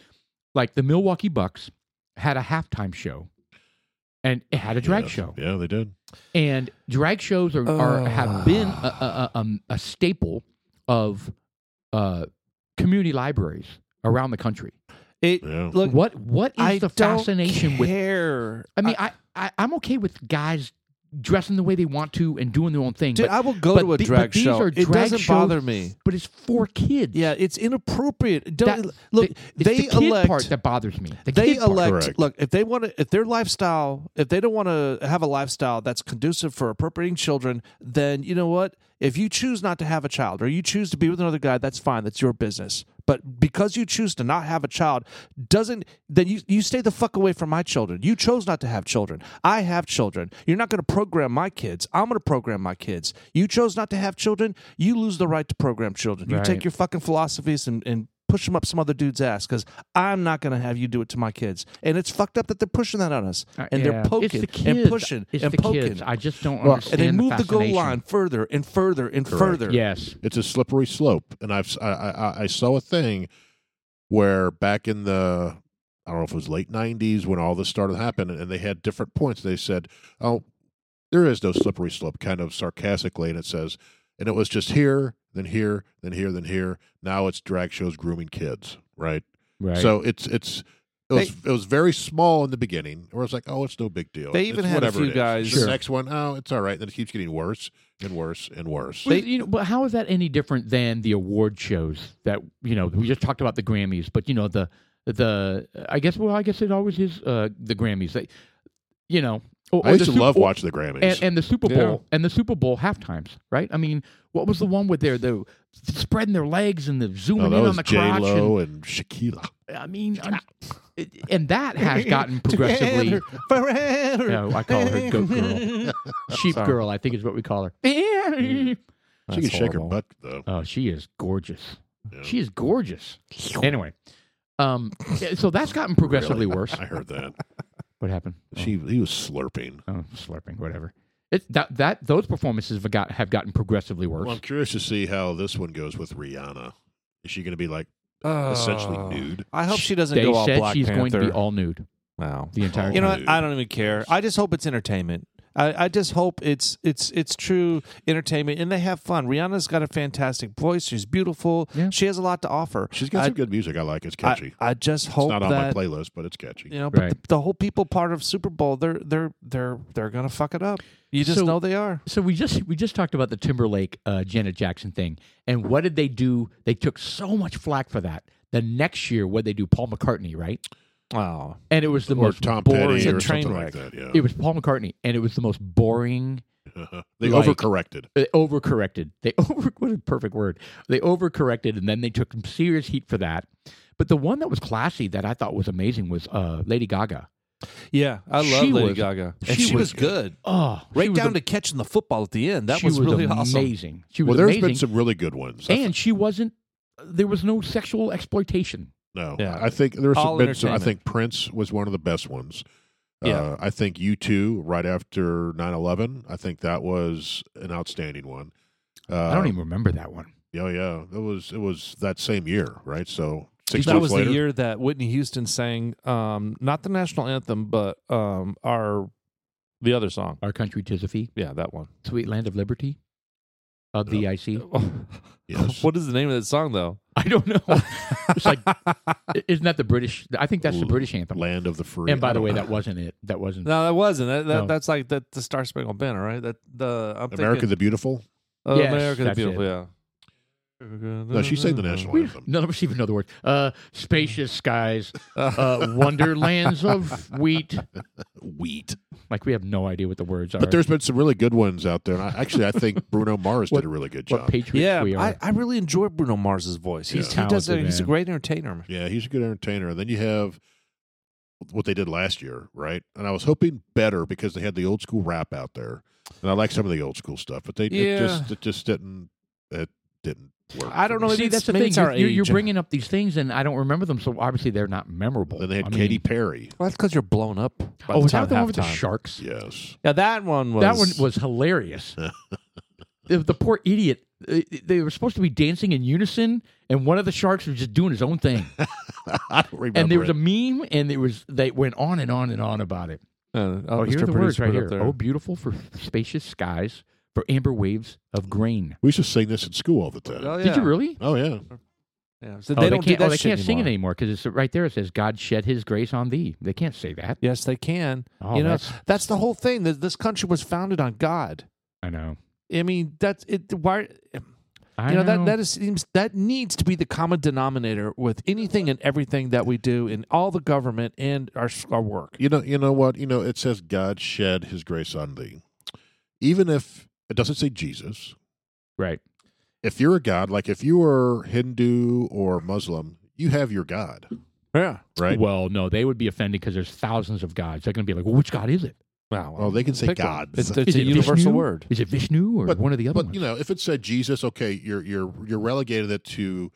Like the Milwaukee Bucks had a halftime show, and it had a drag
Yes.
show.
Yeah, they did.
And drag shows are, are have been
Ugh.
a, a, a, um, a staple of uh, community libraries around the country.
It
Yeah.
look.
what what is
I
the
don't
fascination with?
care. with?
I mean, I, I I'm okay with guys dressing the way they want to and doing their own thing.
Dude,
but,
I will go
but
to a
the- but
drag
these
show.
are
it
drag
doesn't
shows,
bother me.
But it's for kids.
Yeah, it's inappropriate. Don't
That-
look.
the- it's
they
the kid
elect
part that bothers me. The
they
kid part.
elect
Correct.
look if they want to if their lifestyle if they don't want to have a lifestyle that's conducive for appropriating children then you know what if you choose not to have a child or you choose to be with another guy that's fine that's your business but because you choose to not have a child doesn't then you, you stay the fuck away from my children you chose not to have children i have children you're not going to program my kids i'm going to program my kids you chose not to have children you lose the right to program children you take
Right.
your fucking philosophies and, and push them up some other dude's ass because I'm not going to have you do it to my kids. And it's fucked up that they're pushing that on us.
Uh,
And
yeah.
they're poking
it's the
and
kids.
pushing
it's
and
the
poking.
Kids. I just don't
Well,
and
understand.
they move
the,
the, goal
fascination.
line further and further and further.
Yes.
It's a slippery slope, and I've I I, I- I saw a thing where back in the I don't know if it was late '90s when all this started happening, and they had different points. They said, "Oh, there is no slippery slope," kind of sarcastically, and it says, "And it was just here, then here, then here, then here. Now it's drag shows grooming kids, right?"
Right.
So it's it's it was it was very small in the beginning, where it's like, "Oh, it's no big deal."
They
It's
even had a
whatever
few
it is.
guys-
The
Sure.
next one, oh, it's all right. Then it keeps getting worse and worse and worse.
Well, you know, but how is that any different than the award shows that you know we just talked about the Grammys? But you know the the I guess well I guess it always is uh, the Grammys. They, you know, or, or
I used
the
to
Sup-
love
or-
watching the Grammys.
and, and the Super Bowl
Yeah.
and the Super Bowl half times, right? I mean, what was the one with their the spreading their legs and the zooming
oh, that
in on
was
the
J
crotch?
Lo and Shakira.
And, I mean, I'm- it- and that has gotten progressively.
forever.
No, I call her goat girl, sheep
Sorry.
girl. I think is what we call her.
She can shake her butt though.
Oh, she is gorgeous.
Yeah.
She is gorgeous. Anyway, um, yeah, so that's gotten progressively worse. Oh.
I heard that.
What happened?
She he was slurping.
Oh, oh, slurping, whatever. It that that those performances have got have gotten progressively worse.
Well, I'm curious to see how this one goes with Rihanna. Is she going to be like essentially
Uh,
nude?
I hope she doesn't
they
go all
said
Black
she's
Panther.
going to be all nude
wow.
the entire
You know
time.
what? I don't even care. I just hope it's entertainment. I, I just hope it's it's it's true entertainment, and they have fun. Rihanna's got a fantastic voice. She's beautiful.
Yeah.
She has a lot to offer.
She's
I,
got some good music. I like. It's
I-
catchy.
I, just
it's
hope
not on
that
my playlist, but it's catchy.
you know. But
Right.
the, the whole people part of Super Bowl, they're they're they're they're gonna fuck it up. You just
So-
know they are.
So we just we just talked about the Timberlake uh, Janet Jackson thing, and what did they do? They took so much flack for that. The next year, what they do? Paul McCartney, right?
Wow.
And it was the
or
most
Tom
boring.
Petty
It's a
or
train
something like
wreck.
that. Yeah,
It was Paul McCartney, and it was the most boring
they
like-
overcorrected.
they overcorrected. They over what a perfect word. They overcorrected, and then they took some serious heat for that. But the one that was classy that I thought was amazing was uh, Lady Gaga.
Yeah, I love
She
Lady
was-
Gaga, and
she
she, was
was
good.
Oh, she
Right
was
down
am-
to catching the football at the end. That
she
was, really awesome.
amazing. She was
Well, there's
amazing,
been some really good ones. I-
and she wasn't. There was no sexual exploitation.
no,
yeah.
I think there's
All
been some. I
entertainment.
think Prince was one of the best ones.
Yeah.
Uh, I think you 2 right after 9/11. I think that was an outstanding one. Uh,
I
Oh.
don't even remember that one.
Yeah, yeah. It was it was that same year, right? So six
That
months
was
later.
the year that Whitney Houston sang um, not the national anthem, but um, our the other song.
Our country tis a fee,
Yeah, that one.
sweet land of liberty, of the IC.
Oh.
Yes.
What is the name of that song though?
I don't know. it's like isn't that the British? I think that's the British anthem.
Land of the Free.
And
I
by the
don't
way,
know.
that wasn't it. That wasn't.
No, that wasn't. That, that,
No.
That's like the, the Star Spangled Banner, right? That the I'm
America
thinking,
the Beautiful.
oh,
Yes,
America the
that's
Beautiful.
it.
Yeah.
No, she sang the
Mm-hmm.
national
We,
anthem.
none of us even know the words. Uh, spacious skies, uh, wonderlands of wheat.
Wheat.
Like we have no idea what the words are.
But there's been some really good ones out there. And I, actually, I think Bruno Mars
What-
did a really good
what
job.
patriots
Yeah,
we are.
I, I really enjoy Bruno Mars's voice. He's,
Yeah.
He does. A,
Talented,
he's a
man.
great entertainer.
yeah, he's a good entertainer. And then you have what they did last year, right? And I was hoping better because they had the old school rap out there, and I like some of the old school stuff. But they it
Yeah.
just it just didn't it didn't work.
I don't
for me.
know.
See,
maybe
that's
it's-
the
maybe
thing.
it's
You're,
our
you're- you're
age.
bringing up these things, and I don't remember them, so obviously they're not memorable.
Then they had
I
Katy
mean-
Perry.
Well, that's because you're blown up. By
Oh,
the
was
time
that the one with the
halftime.
sharks?
Yes.
Yeah, that one was.
That one was hilarious. the, the poor idiot. uh, They were supposed to be dancing in unison, and one of the sharks was just doing his own thing.
I don't remember.
and there was
it.
a meme, and there was they went on and on and on about it.
Uh,
Oh,
Mr.
here are
Producer
the words right
put
here.
up there.
Oh, beautiful for spacious skies, for amber waves of grain.
we used to sing this in school all the time.
Oh, yeah.
Did you really?
Oh yeah.
Yeah. So
oh,
they, don't
can't,
do that
oh, they
shit
can't sing it anymore because it's right there. It says, "God shed His grace on thee." They can't say that.
Yes, they can.
Oh,
you know,
that's-
that's, the whole thing. That this country was founded on God.
I know.
I mean, that's it. Why?
I
you know, that that is, seems that needs to be the common denominator with anything and everything that we do in all the government and our our work.
You know, you know what? You know, it says God shed his grace on thee. Even if it doesn't say Jesus,
right.
if you're a god, like if you are Hindu or Muslim, you have your god,
Yeah.
right? Well,
Well, no, they would be offended because there's thousands of gods. They're going to be like, well, "Which god is it?
Wow.
they can say
Pick one.
gods.
It's, it's
Is
a
it
universal
Vishnu?
word.
Is it Vishnu or
But-
one of the other
but
ones?"
you know, if it said Jesus, okay, you're you're you're relegated it to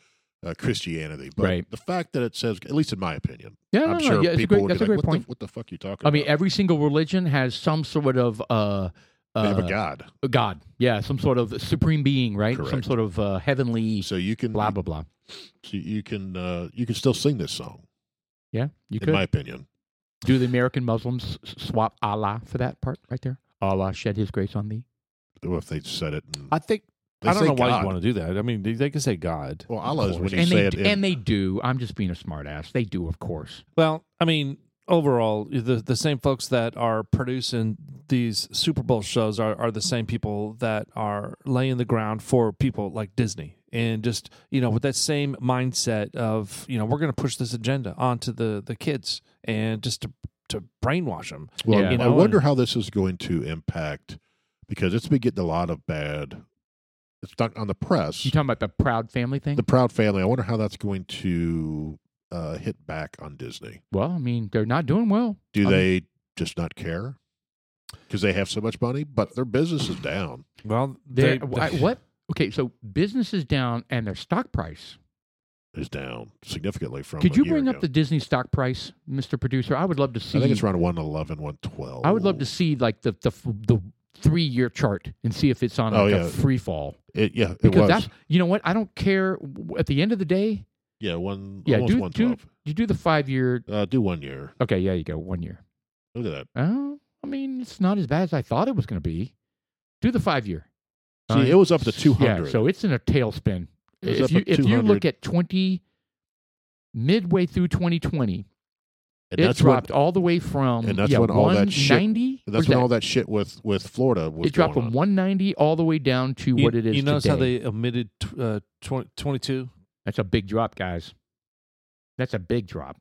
uh, Christianity. But
Right.
the fact that it says, at least in my opinion,
yeah, no,
I'm
no,
sure
yeah, it's a
people
great,
would
that's
be like,
a great
what,
point.
The, what the fuck are you talking
I mean,
about?
every single religion has some sort of uh,
they have a
uh,
god,
god. Yeah, some sort of supreme being, right? Some
Correct.
sort of uh, heavenly
so you can
blah blah blah.
So you can uh, you can still sing this song,
Yeah, you
in
could
my opinion.
do the American Muslims s- swap Allah for that part right there. Allah shed His grace on thee.
Well, if they said it, in,
I think
they
I don't
say
know why
God.
you want to do that. I mean, they, they can say God.
Well, Allah is when you
and
say
they
it.
d-
in-
and they do. I'm just being a smartass. They do, of course.
Well, I mean, overall, the the same folks that are producing these Super Bowl shows are, are the same people that are laying the ground for people like Disney. And just, you know, with that same mindset of, you know, we're going to push this agenda onto the, the kids and just to, to brainwash them.
Well,
Yeah.
you
I
know,
wonder
and-
how this is going to impact because it's been getting a lot of bad. It's not on the press.
You talking about the proud family thing?
The Proud Family. I wonder how that's going to uh, hit back on Disney.
well, I mean, they're not doing well.
Do
I mean,
they just not care because they have so much money, but their business is down?
Well,
they're- wh- what? Okay, so business is down and their stock price.
Is down significantly from.
Could
a
you
year
bring up
ago.
the Disney stock price, Mr. Producer? I would love to see.
I think it's around 111, 112.
I would love to see like the the f- the three year chart and see if it's on
Oh,
like
yeah.
a free fall.
It, yeah, it
Because
was.
that's you know what I don't care. W- At the end of the day,
yeah, one.
yeah,
almost
do do
112.
you do the five year?
Uh, do one year.
Okay, yeah, you go one year.
Look at that.
Oh, I mean, it's not as bad as I thought it was going to be. Do the five year.
See, it was up to
yeah,
200.
so it's in a tailspin.
It was
If
up
you
at
if you
200.
look at twenty midway through twenty twenty,
and
it
that's when-
dropped all the way from
and that's
yeah,
when all that shit-
190.
And That's
Where's
when all that shit with with Florida was
it dropped
going
from
on.
190 all the way down to what it is
You notice
today.
how they omitted tw- uh, 20, 22?
That's a big drop, guys. That's a big drop.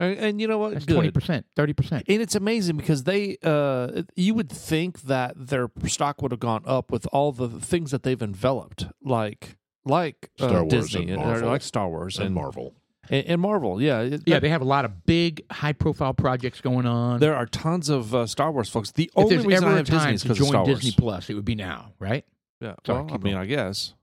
And, and you know what?
That's
Good.
twenty percent, thirty percent.
And it's amazing because they, uh, you would think that their stock would have gone up with all the things that they've enveloped, like like uh,
Star Wars
Disney,
and
or
Marvel.
like Star Wars
and,
and,
Um,
Marvel.
and, and Marvel. Yeah, it-
Yeah, they have a lot of big, high-profile projects going on.
there are tons of uh, Star Wars folks. The
if
only
there's
reason
ever
I
a
have Disney
time
is
to
because of Star
join
Wars.
Disney Plus, it would be now, right?
Yeah,
Sorry,
well, I
keep
mean, I guess.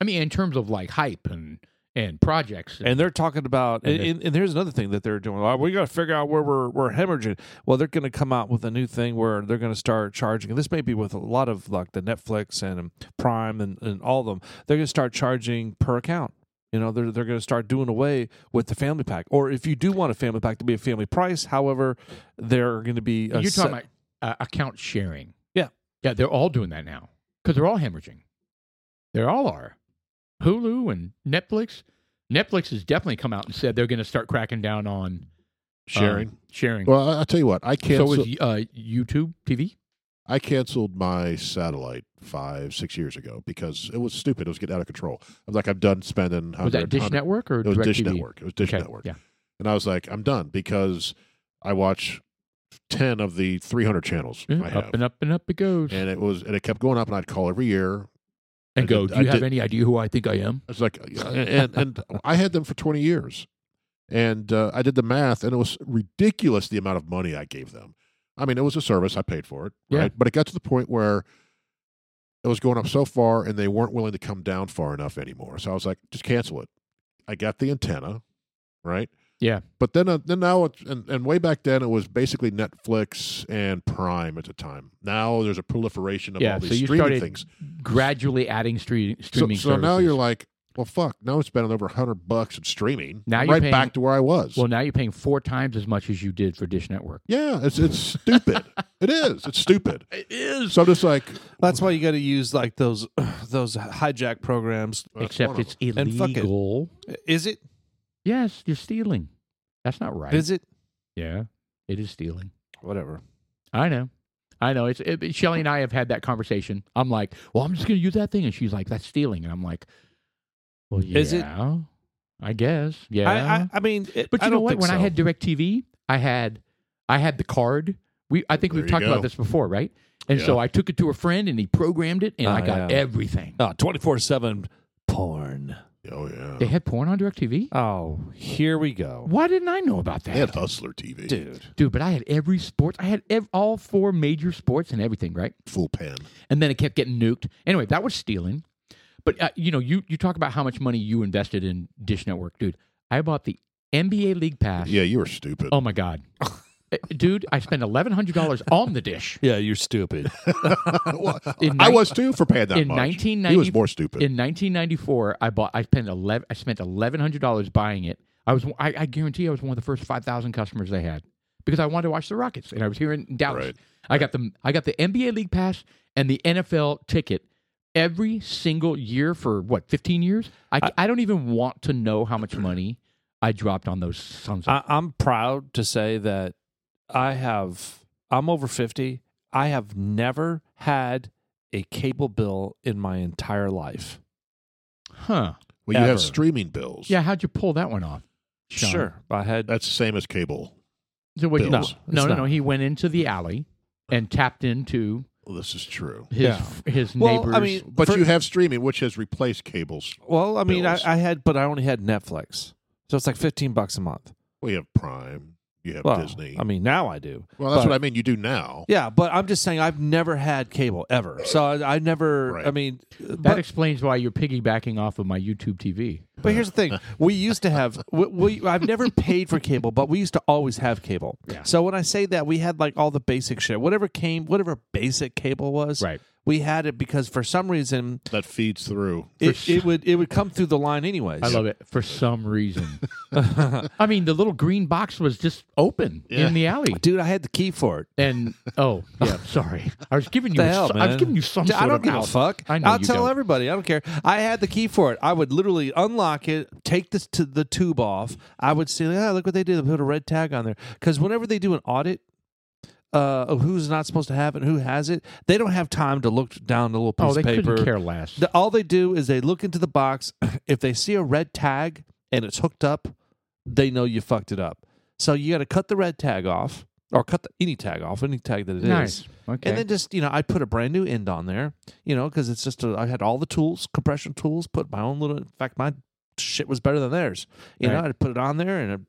I mean, in terms of like hype and and projects,
And they're talking about,
And
and,
they-
and, and here's another thing that they're doing. Well, we got to figure out where we're we're hemorrhaging. Well, they're going to come out with a new thing where they're going to start charging. And this may be with a lot of like the Netflix and Prime and, and all of them. They're going to start charging per account. You know, they're they're going to start doing away with the family pack. Or if you do want a family pack to be a family price, however, they're going to be. a
you're
set-
talking about uh, account sharing.
Yeah.
yeah, they're all doing that now because they're all hemorrhaging. They all are. Hulu and Netflix. Netflix has definitely come out and said they're going to start cracking down on um,
Sharing.
sharing.
well, I- I'll tell you what. I canceled.
So is uh, YouTube TV.
I canceled my satellite five, six years ago because it was stupid. It was getting out of control. I'm like, I'm done spending.
Was
100
that Dish
100
Network or
It was
Direct
Dish
TV?
Network. It was Dish
Okay,
Network.
Yeah.
And I was like, I'm done because I watch ten of the 300 channels
Yeah,
I
Mm-hmm. Up
have,
and up and up it goes. And,
and it was, and it kept going up. And I'd call every year. I
go.
did-
Do you
I
have
did-
any idea who I think I am?
It's like, uh, and and I had them for 20 years, and uh, I did the math, and it was ridiculous the amount of money I gave them. I mean, it was a service I paid for it,
Yeah.
right? But it got to the point where it was going up so far, and they weren't willing to come down far enough anymore. So I was like, just cancel it. I got the antenna, right?
Yeah.
But then, uh, then now, it's, and, and way back then, it was basically Netflix and Prime at the time. Now there's a proliferation of
yeah.
all these
So you
streaming
started
things.
gradually adding stre-
So,
streaming.
so now you're
services.
like, well, fuck. Now it's spending over a hundred bucks in streaming.
Now
I'm
you're
right
paying-
back to where I was.
Well, now you're paying four times as much as you did for Dish Network.
yeah, it's it's stupid. it is. It's stupid.
It is.
So I'm just like, uh,
That's why you got to use like those those hijack programs.
well, that's
Except
one of
it's
them.
And fuck it.
illegal.
Is it?
Yes, you're stealing. That's not right.
Is it?
Yeah, it is stealing.
Whatever.
I know. I know. It's it, Shelly and I have had that conversation. I'm like, well, I'm just going to use that thing, and she's like, that's stealing, and I'm like, well, yeah,
Is it-
I guess, yeah.
I, I I mean, it,
but you
I
know
don't
what?
think
When I
so.
had DirecTV, I had I had the card. We I think
There
we've
you
talked
go.
about this before, right? And so
Yeah.
I took it to a friend, and he programmed it, and I
Oh,
got
yeah.
everything.
Ah,
Oh, 24 7 porn.
oh yeah,
They had porn on DirecTV.
Oh, here we go.
Why didn't I know about that?
they had Hustler TV,
Dude.
Dude, but I had every sports. I had ev- all four major sports and everything, right?
Full Pen.
and then it kept getting nuked. Anyway, that was stealing. But uh, you know, you you talk about how much money you invested in Dish Network, dude. I bought the NBA League Pass.
Yeah, you were stupid.
Oh my god. dude, I spent eleven hundred dollars on the dish.
Yeah, you're stupid.
Well,
In
I
nine-
was too for paying that
in
much.
1990
he was more stupid.
In 1994, I bought. I spent eleven. I spent eleven hundred dollars buying it. I was. I, I guarantee I was one of the first five thousand customers they had because I wanted to watch the Rockets, and I was here in Dallas.
Right.
I got the. I got the NBA league pass and the NFL ticket every single year for what 15 years. I, I, don't even want to know how much money I dropped on those sons. Of,
Uh,
I, I'm proud to say that I have. I'm over fifty. I have never had a cable bill in my entire life.
huh?
well, you
ever.
have streaming bills.
Yeah. How'd you pull that one off? Sean?
Sure, I had.
that's the same as cable.
So what you-
Bills.
No,
it's
no,
not.
no. He went into the alley and tapped into
Well, this is true.
his
Yeah.
his
Well,
neighbors.
I mean,
But
for-
you have streaming, which has replaced cables.
Well, I mean, I,
bills.
I had, but I only had Netflix, so it's like fifteen bucks a month.
We have Prime. You have
Well,
Disney.
I mean, now I do.
well, that's
but-
what I mean. You do now.
Yeah, but I'm just saying I've never had cable ever, so I, I never.
Right.
I mean,
that
but,
explains why you're piggybacking off of my YouTube TV.
but here's the thing: we used to have. We, we, I've never paid for cable, but we used to always have cable.
Yeah.
So when I say that, we had like all the basic shit, whatever came, whatever basic cable was.
Right.
We had it because for some reason
That feeds through.
it, it would it would come through the line anyways.
I love it for some reason. I mean, the little green box was just open
Yeah.
in the alley,
Dude, I had the key for it.
and oh yeah, sorry, I was giving you
the
a-
hell, man?
I was giving you some.
Dude,
sort
I don't
of
give
out.
a fuck.
I know
I'll
you
tell
don't.
everybody. I don't care. I had the key for it. I would literally unlock it, take this to the tube off. I would say, "Ah, look what they did. They put a red tag on there." Because whenever they do an audit. Uh, of who's not supposed to have it? and Who has it? They don't have time to look down the little piece
Oh, they
of paper.
couldn't care less.
The- all they do is they look into the box. If they see a red tag and it's hooked up, they know you fucked it up. So you got to cut the red tag off, or cut the, any tag off, any tag that it is.
nice. Okay.
And then just you know, I put a brand new end on there, you know, because it's just a, I had all the tools, compression tools, put my own little. In fact, my shit was better than theirs. You know,
Right.
I put it on there, and it,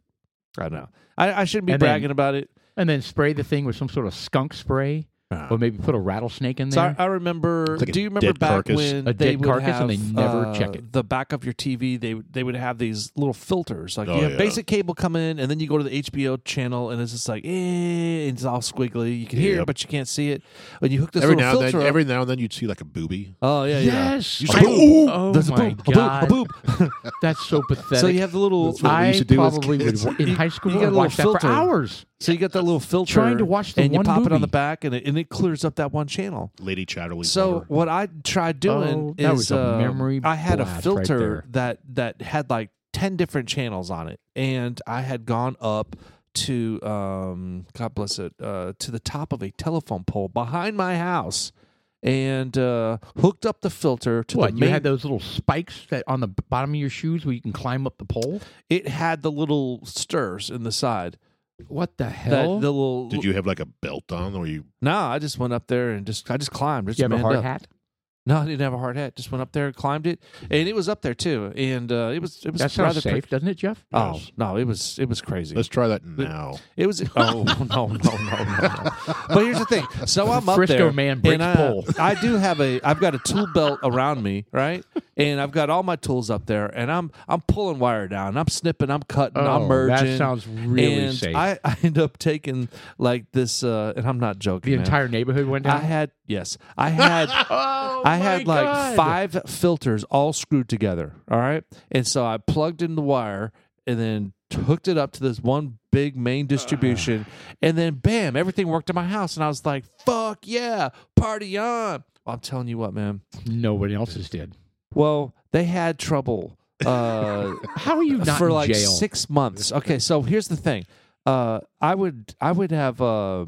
I don't know. I, I shouldn't be
And then-
bragging about it.
and then spray the thing with some sort of skunk spray,
Ah.
or maybe put a rattlesnake in
So
there.
I, I remember.
It's like a
do you remember
dead
back
carcass.
when they
A dead
would
carcass
have
and they never
uh,
check it.
The back of your TV, they they would have these little filters. Like
Oh,
you have
yeah.
basic cable come in, and then you go to the HBO channel, and it's just like eh, and it's all squiggly. You can hear it,
Yep.
but you can't see it. When you hook this
Every
little
now and
filter
then,
up-
every now and then, you'd see like a booby.
oh yeah, yeah.
Yes.
You
A
say,
boob.
"Ooh,
Oh
There's a
my
boob,
god,
a boob, a boob.
that's so pathetic.
so you have the little,
what we
I
used to do as
probably would
kids.
wa- in
You-
high school
you got
would
a
watch that
little
for
filter.
hours.
so you got that little filter,
Trying to watch the
and you
one
pop it on the
movie.
back, and it, and it clears up that one channel.
Lady Chatterley.
So
Plumber.
what I tried doing
Oh, that
is
was a
uh,
memory
I had a
blast right
filter
there.
that that had like ten different channels on it, and I had gone up to um, God bless it uh, to the top of a telephone pole behind my house, and uh, hooked up the filter to
What
the
you
main.
had those little spikes that on the b- bottom of your shoes where you can climb up the pole?
it had the little stirs in the side.
What the
That,
hell?
the little
did you have like a belt on, or you?
No, I just went up there and just I just climbed. Just
you have a
manned
hard
up.
hat?
No, I didn't have a hard hat. Just went up there, climbed it, and it was up there too. And uh, it was it was
That
rather
sounds safe, doesn't it, Jeff?
pre- oh
Yes.
no, it was it was crazy.
Let's try that now.
it was oh no no no no. no. But here's the thing. So I'm up
Frisco
there.
man breaks
and I,
pole.
I do have a I've got a tool belt around me, right? And I've got all my tools up there, and I'm I'm pulling wire down. I'm snipping. I'm cutting.
Oh,
I'm
that
merging.
sounds really
and
safe.
I, I end up taking like this, uh, and I'm not joking.
The
man.
entire neighborhood went down.
I had yes, I had
oh,
I had like five filters all screwed together. All right, and so I plugged in the wire and then hooked it up to this one big main
Uh.
distribution, and then bam, everything worked in my house, and I was like, "Fuck yeah, party on!" Well, I'm telling you what, man.
Nobody else's did.
Well, they had trouble. Uh,
How are you not
for
in
like
jail?
six months. Okay, so here's the thing. Uh, I would I would have uh,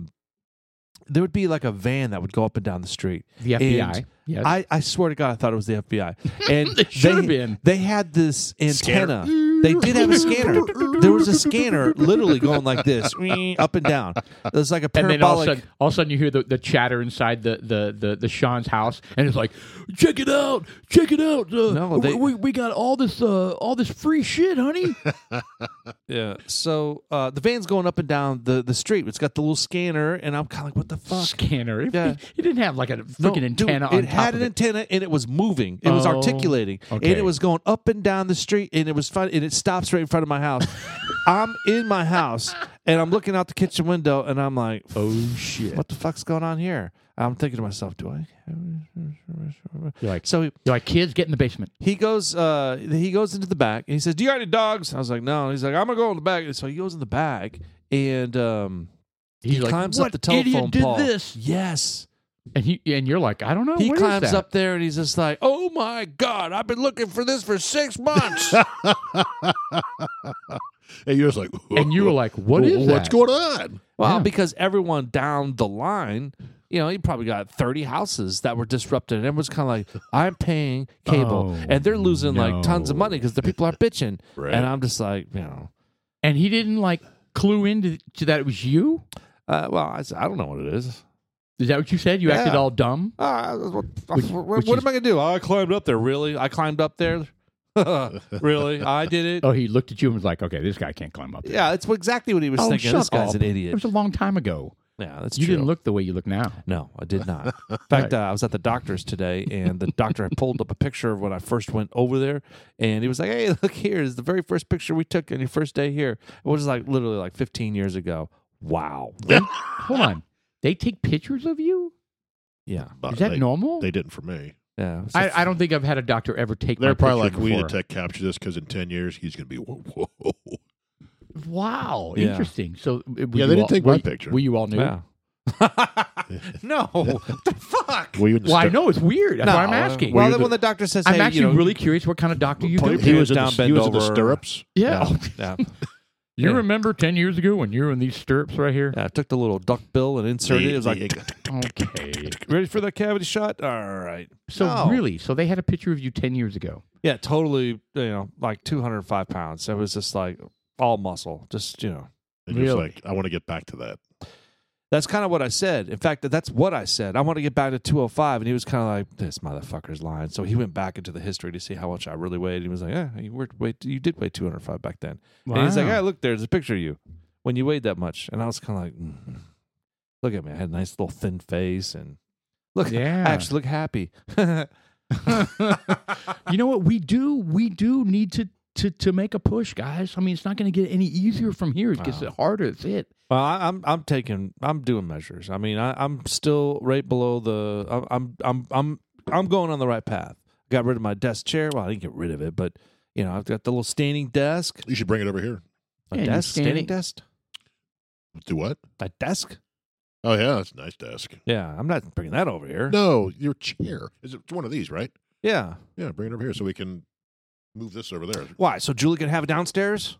there would be like a van that would go up and down the street.
The
And
FBI. Yes.
I, I swear to God, I thought it was the FBI, and
It should
they-
have been.
They had this antenna. They did have a scanner. There was a scanner literally going like this, up and down. It was like a
and then all of, a
parabolic.
sudden, all of a sudden, you hear the, the chatter inside the, the, the, the Sean's house, and it's like, check it out, check it out. Uh,
No, they-
we, we, we got all this uh, all this free shit, honey.
yeah. So uh, the van's going up and down the, the street. It's got the little scanner, and I'm kind of like, what the fuck?
Scanner. It,
Yeah.
it didn't have like a freaking
No,
antenna
dude, it
on top
had an
of it.
antenna and it was moving it was
Oh,
articulating and
okay.
it was going up and down the street and it was fun and it stops right in front of my house I'm in my house and I'm looking out the kitchen window and I'm like,
Oh shit!
what the fuck's going on here? I'm thinking to myself, do I?
You're like,
So he,
you're like, kids, get in the basement.
he goes, uh, he goes into the back and he says, "Do you got any dogs?" I was like, "No." He's like, "I'm gonna go in the back." And so he goes in the back and um,
He's
he
like,
climbs
what
up the telephone
idiot did
pole.
this?
Yes,
And he and you're like, I don't know.
he
what is
climbs
that?
up there and he's just like, "Oh my god, I've been looking for this for six months."
and you're just like,
and you were like, what is
What's
that?
going on?
Well,
Yeah.
because everyone down the line, you know, you probably got 30 houses that were disrupted. And everyone's kind of like, I'm paying cable.
Oh,
and they're losing like tons of money because the people are bitching.
Right.
And I'm just like, you know,
And he didn't like clue into to that it was you.
uh, well, I, said, I don't know what it is.
Is that what you said? You acted
Yeah.
all dumb.
Uh, what
Which-
what-
which
what
is-
am I going to do? I climbed up there. Really? I climbed up there? really? I did it?
Oh, he looked at you and was like, okay, this guy can't climb up. There.
Yeah, that's what- exactly what he was
Oh,
thinking.
shut
This guy's
up.
an
It
idiot.
was a long time ago.
Yeah, that's
you
true.
didn't look the way you look now.
No, I did not. In fact, uh, I was at the doctor's today, and the doctor had pulled up a picture of when I first went over there, and he was like, "Hey, look here! It's the very first picture we took on your first day here. It was like literally like 15 years ago. Wow.
Hold on. They take pictures of you?
Yeah,
But
Is that
they,
normal?
They didn't for me.
yeah. So
I, I don't think I've had a doctor ever take my
They're probably like,
picture
we need
before.
to tech capture this because in 10 years, he's going to be, whoa, whoa.
Wow,
Yeah.
interesting. So uh, were
Yeah,
you
they didn't
all-
take
were
my
you-
picture.
Were you all new?
yeah. no, what the fuck.
Were you in the
Well, I
stu-
know it's weird. That's
No,
why I'm asking.
Well,
Were you
then when
the-
the doctor says,
I'm
"Hey,
actually
you know,
really curious what kind of doctor you
Put
go
your
to.
He was, in
down,
the,
bend
he was in the
over.
stirrups.
Yeah.
yeah,
You
Yeah.
remember 10 years ago when you were in these stirrups right here?
yeah, I took the little duck bill and inserted it. It was like,
Okay.
ready for the cavity shot? All right.
So
No.
really, so they had a picture of you 10 years ago.
Yeah, totally. You know, like 205 pounds. It was just like all muscle. Just you know,
And you're just
Really?
like, I want to get back to that.
that's kind of what I said. In fact, that's what I said. I want to get back to 205, and he was kind of like, "This motherfucker's lying." So he went back into the history to see how much I really weighed. He was like, "Yeah, you worked weight. You did weigh 205 back then." And he's like, "Yeah, look, there's a picture of you when you weighed that much." And I was kind of like, mm. "Look at me. I had a nice little thin face, and look,
Yeah.
I actually look happy."
you know what we do? We do need to to to make a push, guys. I mean, it's not going to get any easier from here. It gets
Wow.
harder. It's it.
Well, I, I'm I'm taking I'm doing measures. I mean, I, I'm still right below the. I'm- I'm I'm I'm I'm going on the right path. Got rid of my desk chair. Well, I didn't get rid of it, but you know, I've got the little standing desk.
You should bring it over here.
A
Yeah, you're
desk, standing.
standing-
desk,
Do what?
a desk.
Oh, yeah, that's a nice desk.
Yeah, I'm not bringing that over here.
No, your chair. Is it, it's one of these, right?
Yeah,
Yeah, bring it over here so we can move this over there.
why? So Julie can have it downstairs.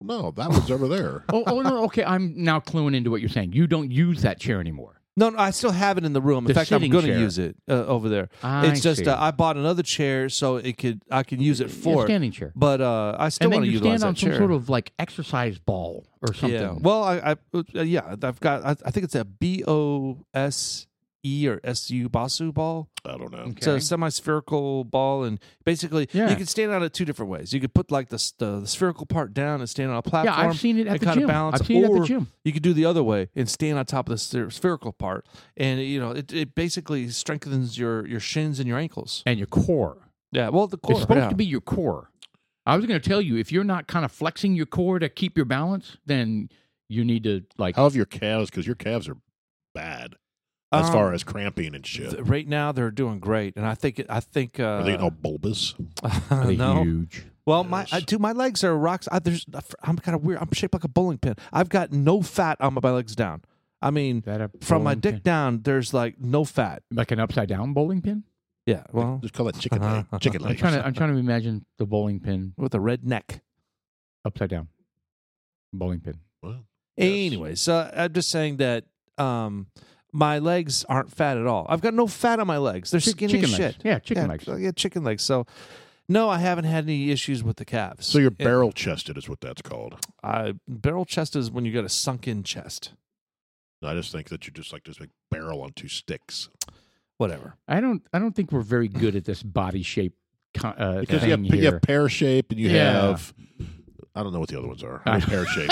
No, that one's over there.
Oh, oh no. Okay, I'm now cluing into what you're saying. You don't use that chair anymore.
No, no, I still have it in the room. In
The
fact, I'm
sitting
going to
chair.
use it uh, over there.
I
it's just
see.
uh, I bought another chair so it could I can use it
Yeah,
for. it.
standing chair.
But uh, I still
And
want
then
to
you
utilize
stand on
that
some
chair.
sort of like exercise ball or something.
Yeah. Well, I, I uh, yeah, I've got. I, I think it's a B O S E or S U Basu ball.
I don't know.
It's a semi-spherical ball, and basically
Yeah.
you can stand on it two different ways. You could put like the, s- the, the spherical part down and stand on a platform.
yeah, I've seen it at
and
the
kinda
gym.
balance,
I've seen it at
or
the gym.
You could do the other way and stand on top of the spher- spherical part, and you know it, it basically strengthens your your shins and your ankles.
And your core.
Yeah. Well, the core.
It's supposed
yeah.
to be your core. I was going to tell you if you're not kind of flexing your core to keep your balance, then you need to like.
How have your calves? Because your calves are bad as
Um,
far as cramping and shit.
th- right now they're doing great, and I think it- I think uh,
are they oh, all bulbous?
Are they
no.
huge?
Well, my
Yes.
I, dude, my legs are rocks. I, there's, I'm kind of weird. I'm shaped like a bowling pin. I've got no fat on my legs down. I mean,
That a
from my
bowling
dick
pin?
down, there's like no fat.
like an upside down bowling pin.
Yeah, well,
Just call that chicken leg. Chicken
uh-huh, I'm
legs.
trying to I'm trying to imagine the bowling pin
with a red neck.
upside down. Bowling pin.
Well, Yes.
Anyways, uh, I'm just saying that um, my legs aren't fat at all. I've got no fat on my legs. They're
Chi-
skinny
chicken
as
legs.
shit.
Yeah, chicken
yeah,
legs.
so- Yeah, chicken legs. So, no, I haven't had any issues with the calves.
so you're
It-
barrel chested is what that's called.
I, barrel chest is when you got a sunken chest.
I just think that you just like this big barrel on two sticks.
Whatever.
I don't I don't think we're very good at this body shape co- uh,
Because you have,
thing
you
here.
have pear shape and you
Yeah.
have I don't know what the other ones are. I mean, pear shape.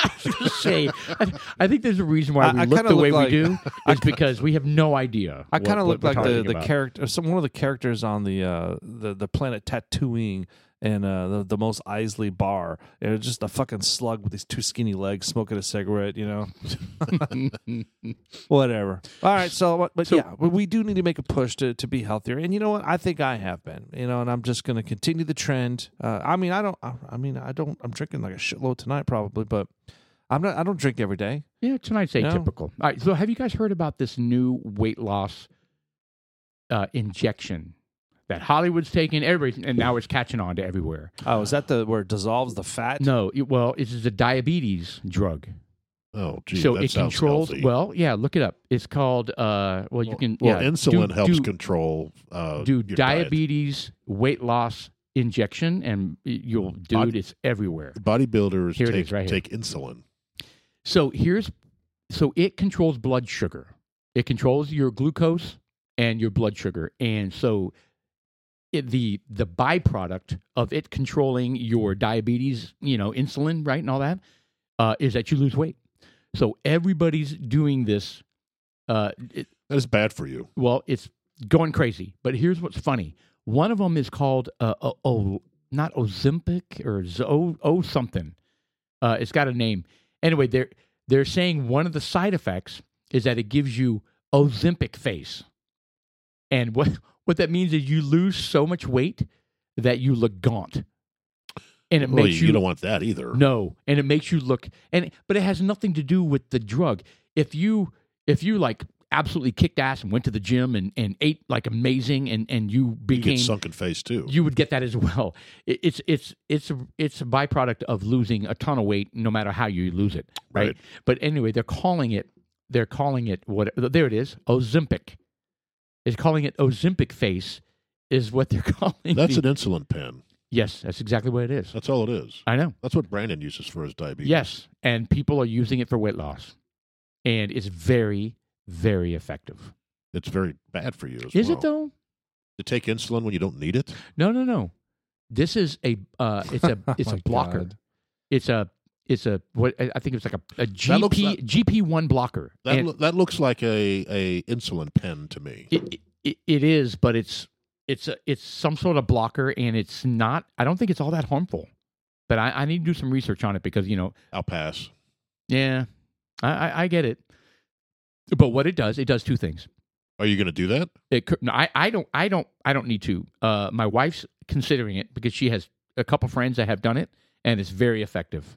Say, I, I think there's a reason why
I-
we
I
look
kinda
the
look
way
like-
we do. Is because we have no idea.
I
what-
kind of look
what we're
like the,
talking
the
about.
character, some one of the characters on the uh, the the planet Tatooine and uh, the, the most Isley bar. And it was just a fucking slug with these two skinny legs smoking a cigarette, you know? Whatever. All right. So, but- but
So-
yeah, we- we do need to make a push to, to be healthier. And you know what? I think I have been, you know, and I'm just going to continue the trend. Uh, I mean, I don't, I, I mean, I don't, I'm drinking like a shitload tonight probably, but I'm not, I don't drink every day.
Yeah, tonight's
No.
atypical. All right, so have you guys heard about this new weight loss uh, injection that Hollywood's taking? Everybody, and now it's catching on to everywhere.
Oh, is that the, where it dissolves the fat?
No, it, well, this is a diabetes drug.
Oh, gee,
so
that
it
sounds
controls.
healthy.
Well, yeah, look it up. It's called. Uh, well, you can.
Well,
yeah,
insulin
do-
helps
do-
control uh,
do
your diet.
diabetes weight loss injection, and you'll, dude,
Body-
it's everywhere.
Bodybuilders
Here it
take
is, right here.
take insulin.
So here's so it controls blood sugar. It controls your glucose and your blood sugar. And so it, the the byproduct of it controlling your diabetes, you know, insulin, right, and all that, uh, is that you lose weight. So everybody's doing this. Uh, it-
That is bad for you.
well, it's going crazy. But here's what's funny. One of them is called uh, o- o- not Ozempic or Zo O something. Uh, it's got a name. Anyway, they're they're saying one of the side effects is that it gives you Ozempic face, and what what that means is you lose so much weight that you look gaunt, and it
Well,
makes
you, you don't want that either.
no, and it makes you look and but it has nothing to do with the drug. If you if you like absolutely kicked ass and went to the gym and and ate like amazing and and you
you
became
get sunken face too.
you would get that as well. It, it's it's it's a, it's a byproduct of losing a ton of weight, no matter how you lose it, right?
Right.
But anyway, they're calling it they're calling it what? There it is, Ozempic. Is calling it Ozempic face is what they're calling.
That's
the-
an insulin pen.
yes, that's exactly what it is.
That's all it is.
I know.
That's what Brandon uses for his diabetes.
Yes, and people are using it for weight loss, and it's very, very effective.
It's very bad for you as
Is
well.
it though?
To take insulin when you don't need it?
No, no, no. This is a uh, it's a
Oh
it's a
My
blocker.
God.
It's a it's a what I I think it's like a, a
That looks
GP
like-
GP one blocker.
That,
And
loo- that looks like a, a insulin pen to me.
it, it it is, but it's it's a, it's some sort of blocker, and it's not. I don't think it's all that harmful. But I, I need to do some research on it because you know
I'll pass.
Yeah, I, I, I get it. But what it does, it does two things.
Are you going to do that?
It could, no, I, I don't I don't I don't need to. Uh, my wife's considering it because she has a couple friends that have done it, and it's very effective.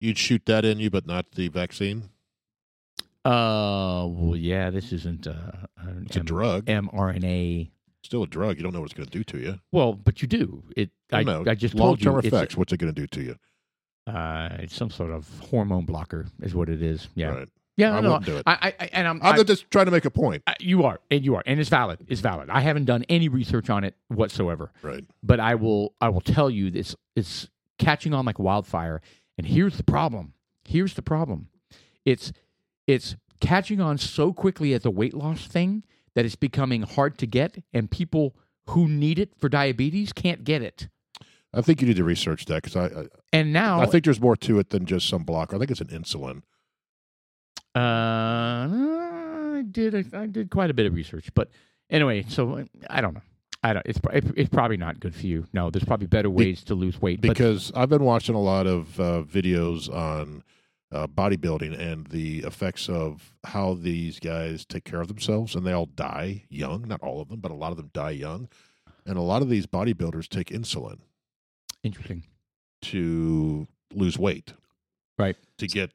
You'd shoot that in you, but not the vaccine?
Uh, well, yeah, this isn't a, an
It's a drug.
mRNA.
Still a drug. You don't know what it's going to do to you.
Well, but you do it. I,
know.
I just
long
told you
term
it's-
effects. What's it going to do to you?
Uh, it's some sort of hormone blocker, is what it is. Yeah,
Right.
yeah.
I
no,
wouldn't do it.
I, I, I- and I'm,
I'm
I-
just trying to make a point.
I- you are, and you are, and it's valid. It's valid. I haven't done any research on it whatsoever.
Right.
but I will I will tell you this it's catching on like wildfire. And here's the problem. Here's the problem. It's it's catching on so quickly as a weight loss thing that it's becoming hard to get and people who need it for diabetes can't get it.
I think you need to research that because I, I,
And now
I think there's more to it than just some blocker. I think it's an insulin.
uh, I did I did quite a bit of research, but anyway, so I don't know. I don't. It's pro- it's probably not good for you. No, there's probably better ways to lose weight. but-
because I've been watching a lot of uh, videos on uh, bodybuilding and the effects of how these guys take care of themselves, and they all die young. Not all of them, but a lot of them die young. And a lot of these bodybuilders take insulin
interesting.
to lose weight,
Right.
To get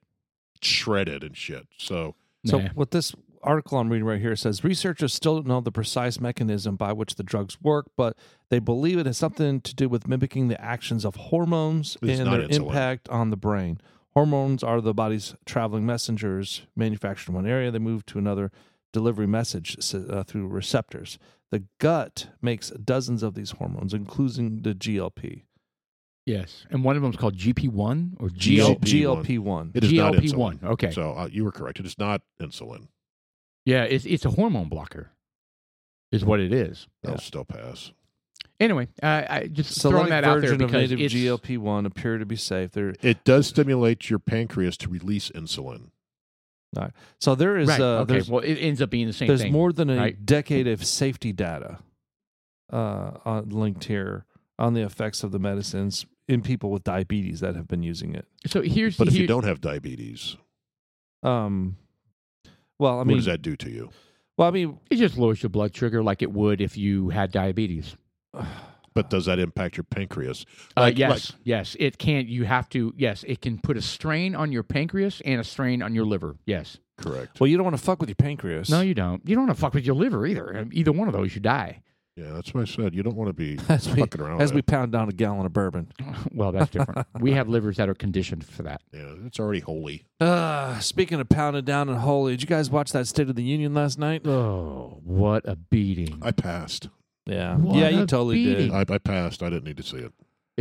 shredded and shit. So
So
Nah.
what this article I'm reading right here says researchers still don't know the precise mechanism by which the drugs work, but they believe it has something to do with mimicking the actions of hormones
This is
and
not
their
insulin.
impact on the brain. Hormones are the body's traveling messengers. Manufactured in one area, they move to another delivery message s- uh, through receptors. The gut makes dozens of these hormones, including the GLP.
Yes, and one of them is called GP1 or
GLP-1.
GLP-1.
it is not insulin.
one. Okay.
So uh, you were correct. It is not insulin.
yeah, it's it's a hormone blocker, is what it is.
That'll
Yeah.
still pass.
Anyway, I I just throwing
Selenic
that out there
version of
because
native
it's
GLP-1 appear to be safe. They're
It does stimulate your pancreas to release insulin.
So there is
right.
uh,
okay.
there's
Well, it ends up being the same
there's
thing.
more than a
right?
decade of safety data uh, on linked here on the effects of the medicines in people with diabetes that have been using it.
So here's
But if you
here-
don't have diabetes,
Um, well, I
what
mean,
does that do to you?
well, I mean,
It just lowers your blood sugar like it would if you had diabetes.
But does that impact your pancreas?
uh, yes, yes, it can. You have to. Yes, it can put a strain on your pancreas and a strain on your liver. Yes.
correct.
well, you don't want to fuck with your pancreas.
No, you don't. You don't want to fuck with your liver either. Either one of those, you die.
Yeah, that's what I said. You don't want to be
as we,
fucking around.
as we
with
pound down a gallon of bourbon.
Well, that's different. we have livers that are conditioned for that.
it. yeah, it's already holy.
Uh, speaking of pounding down and holy, did you guys watch that State of the Union last night?
Oh, what a beating!
I passed.
Yeah,
What
yeah, you
a
totally
beating.
did.
I, I passed. I didn't need to see it.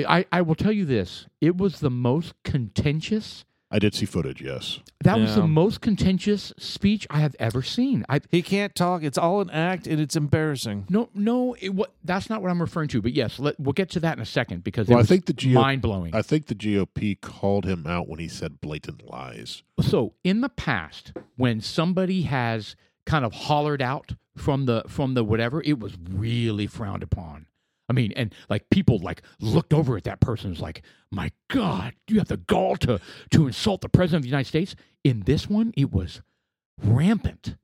I, I will tell you this: it was the most contentious.
I did see footage. Yes,
That was the
Yeah.
most contentious speech I have ever seen. I
He can't talk. It's all an act, and it's embarrassing.
no no. It, what, that's not what I'm referring to. But yes, let, we'll get to that in a second because it
Well, I
was
think the GO
mind blowing.
I think the GOP called him out when he said blatant lies.
so in the past when somebody has kind of hollered out from the from the whatever it was really frowned upon i mean and like people like looked over at that person and was like my god you have the gall to to insult the president of the united states in this one it was rampant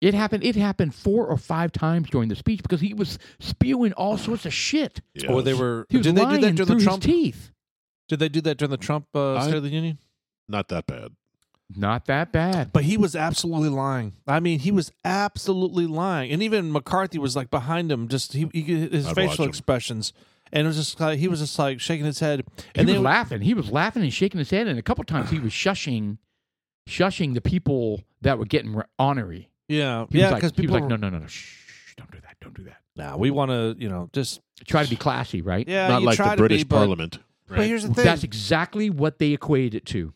it happened it happened four or five times during the speech because he was spewing all sorts of shit
Or they
Yes.
were.
he was
Did they do
lying
that
through
during the Trump?
his teeth
Did they do that during the Trump uh,
I-
State of the Union?
not that bad.
not that bad
But he was absolutely lying. I mean, he was absolutely lying. And even McCarthy was like behind him, just he, he his
I'd watch
facial
him.
expressions, and it was just like he was just like shaking his head.
and
And
he
then
was laughing. He was laughing and shaking his head, and a couple times he was shushing, shushing the people that were getting re- honorary.
yeah,
He
yeah, because
was like, he was
people
like,
were-
no, no, no, no, shh, don't do that, don't do that.
nah, we want to, you know, just
Try to be classy, right?
yeah,
not
you
like
try
the
to be,
British
but-
Parliament.
But,
right?
here's the thing.
That's exactly what they equated it to.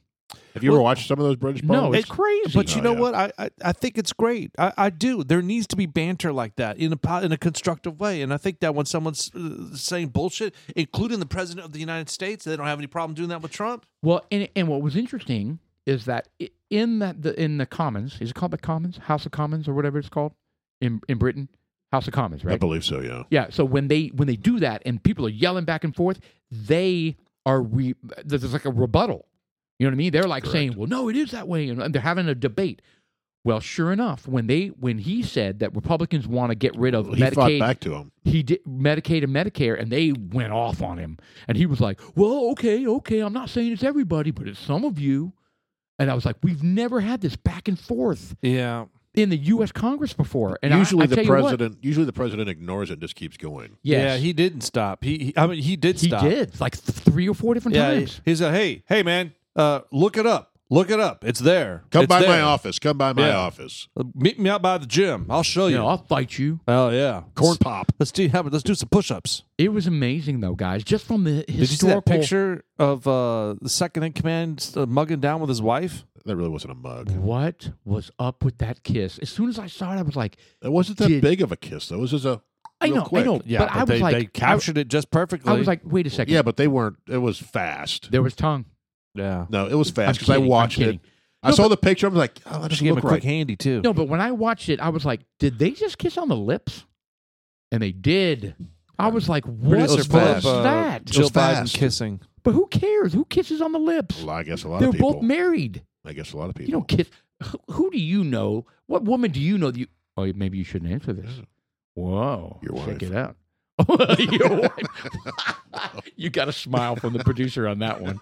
Have you ever watched some of those British
No,
Parliament?
it's crazy.
but you
Oh,
know
yeah.
what? I, I I think it's great. I, I do. There needs to be banter like that in a po- in a constructive way. And I think that when someone's uh, saying bullshit, including the president of the United States, they don't have any problem doing that with Trump.
well, and, and what was interesting is that i- in that the in the Commons is it called the Commons, House of Commons, or whatever it's called in in Britain, House of Commons,
I
right?
believe so. Yeah,
Yeah. So when they when they do that and people are yelling back and forth, they are re- there's like a rebuttal. You know what I mean? They're like saying, "Well, no, it is that way," and they're having a debate. Well, sure enough, when they when he said that Republicans want to get rid of
he fought
Medicaid,
back to him.
he did Medicaid and Medicare, and they went off on him. And he was like, "Well, okay, okay, I'm not saying it's everybody, but it's some of you." And I was like, "We've never had this back and forth
Yeah,
in the U.S. Congress before." And I-
usually
I
the
tell you what,
president, usually the president ignores it and just keeps going.
yeah.
yes,
He didn't stop. He, he I mean, he did
he
stop.
did like th- three or four different
Yeah,
times.
he said, "Hey, hey, man, uh, look it up. Look it up. It's there.
Come
It's
by my
there.
office. Come by my
Yeah.
office.
Uh, Meet me out by the gym. I'll show you.
Yeah, I'll fight you.
oh yeah,
Corn pop.
Let's do. Have, let's do some push-ups.
It was amazing though, guys. Just from the historical
Did you see that picture of uh, the second in command uh, mugging down with his wife?
That really wasn't a mug.
What was up with that kiss? As soon as I saw it, I was like,
It wasn't that
Did-
big of a kiss though. It was just a.
I
Real
know, I
quick.
know. but, I was
they,
like,
they captured it just perfectly.
I, I was like, wait a second.
Yeah, but they weren't. It was fast.
There was tongue.
yeah.
No, it was
I'm
fast because I
kidding, I'm
watched
kidding.
it. I
No,
saw the picture. I was like, oh, that
She
doesn't
gave him a
look
quick
right.
handy too.
No, but when I watched it, I was like, did they just kiss on the lips? And they did. I was like, what
Producer
was
pull up, uh,
that?
Jill Biden
fast.
kissing.
but who cares? Who kisses on the lips?
Well, I guess a lot
They're
of people.
both married.
I guess a lot of people.
You don't kiss. Who, who do you know? What woman do you know? That you oh, maybe you shouldn't answer this. Whoa,
Mm. Your
check
wife.
it out. Your wife. you got a smile from the producer on that one.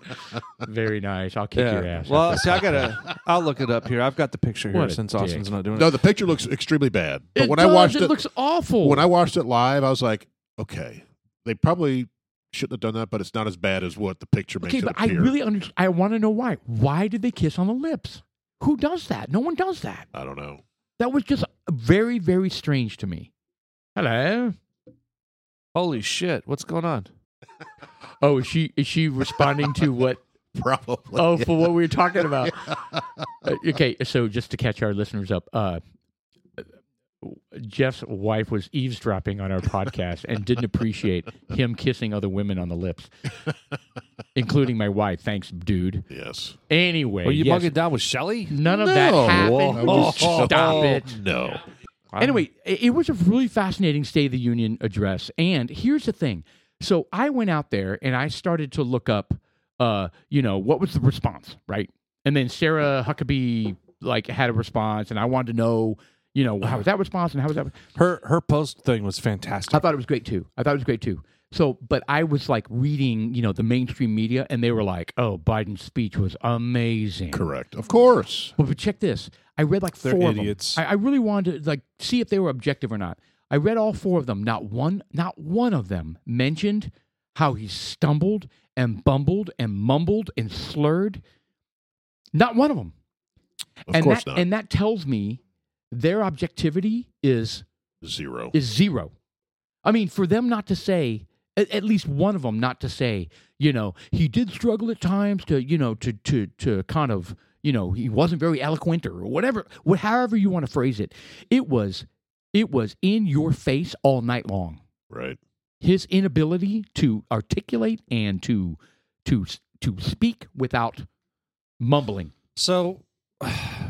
Very nice. I'll kick your ass.
Well, see, I gotta. I'll look it up here. I've got the picture here
What a
since Austin's
dick.
not doing it.
No, the picture looks extremely bad. But
it
when
does,
I watched
it,
it,
looks awful.
when I watched it live, I was like, okay, they probably shouldn't have done that, but it's not as bad as what the picture makes
okay,
it
but I
appear.
really under, I want to know why. Why did they kiss on the lips? Who does that? No one does that.
I don't know.
That was just very, very strange to me. Hello.
Holy shit! What's going on?
Oh, is she is she responding to what
Probably.
oh, for what we were talking about. Uh, okay, so just to catch our listeners up, uh, Jeff's wife was eavesdropping on our podcast and didn't appreciate him kissing other women on the lips, including my wife. Thanks, dude.
Yes.
Anyway,
Are you
yes,
mugging down with Shelly?
none of that
No.
happened.
Oh,
Stop it.
No.
Um, Anyway, i- it was a really fascinating State of the Union address. And here's the thing So I went out there and I started to look up, uh, you know, what was the response, right? And then Sarah Huckabee like had a response, and I wanted to know, you know, how was that response and how was that?
Her her post thing was fantastic.
I thought it was great too. I thought it was great too. So, but I was like reading, you know, the mainstream media, and they were like, "Oh, Biden's speech was amazing."
Correct. Of course.
But, but check this. I read like
They're
four
idiots.
of them. I, I really wanted to like see if they were objective or not. I read all four of them. Not one, not one of them mentioned how he stumbled and bumbled and mumbled and slurred. Not one of them.
Of
and
course
that,
not.
And that tells me their objectivity is
Zero.
is zero. I mean, for them not to say, at, at least one of them not to say, you know, he did struggle at times to, you know, to to to kind of, you know, he wasn't very eloquent or whatever, wh- however you want to phrase it. It was, it was in your face all night long.
right.
His inability to articulate and to to s- to speak without mumbling,
So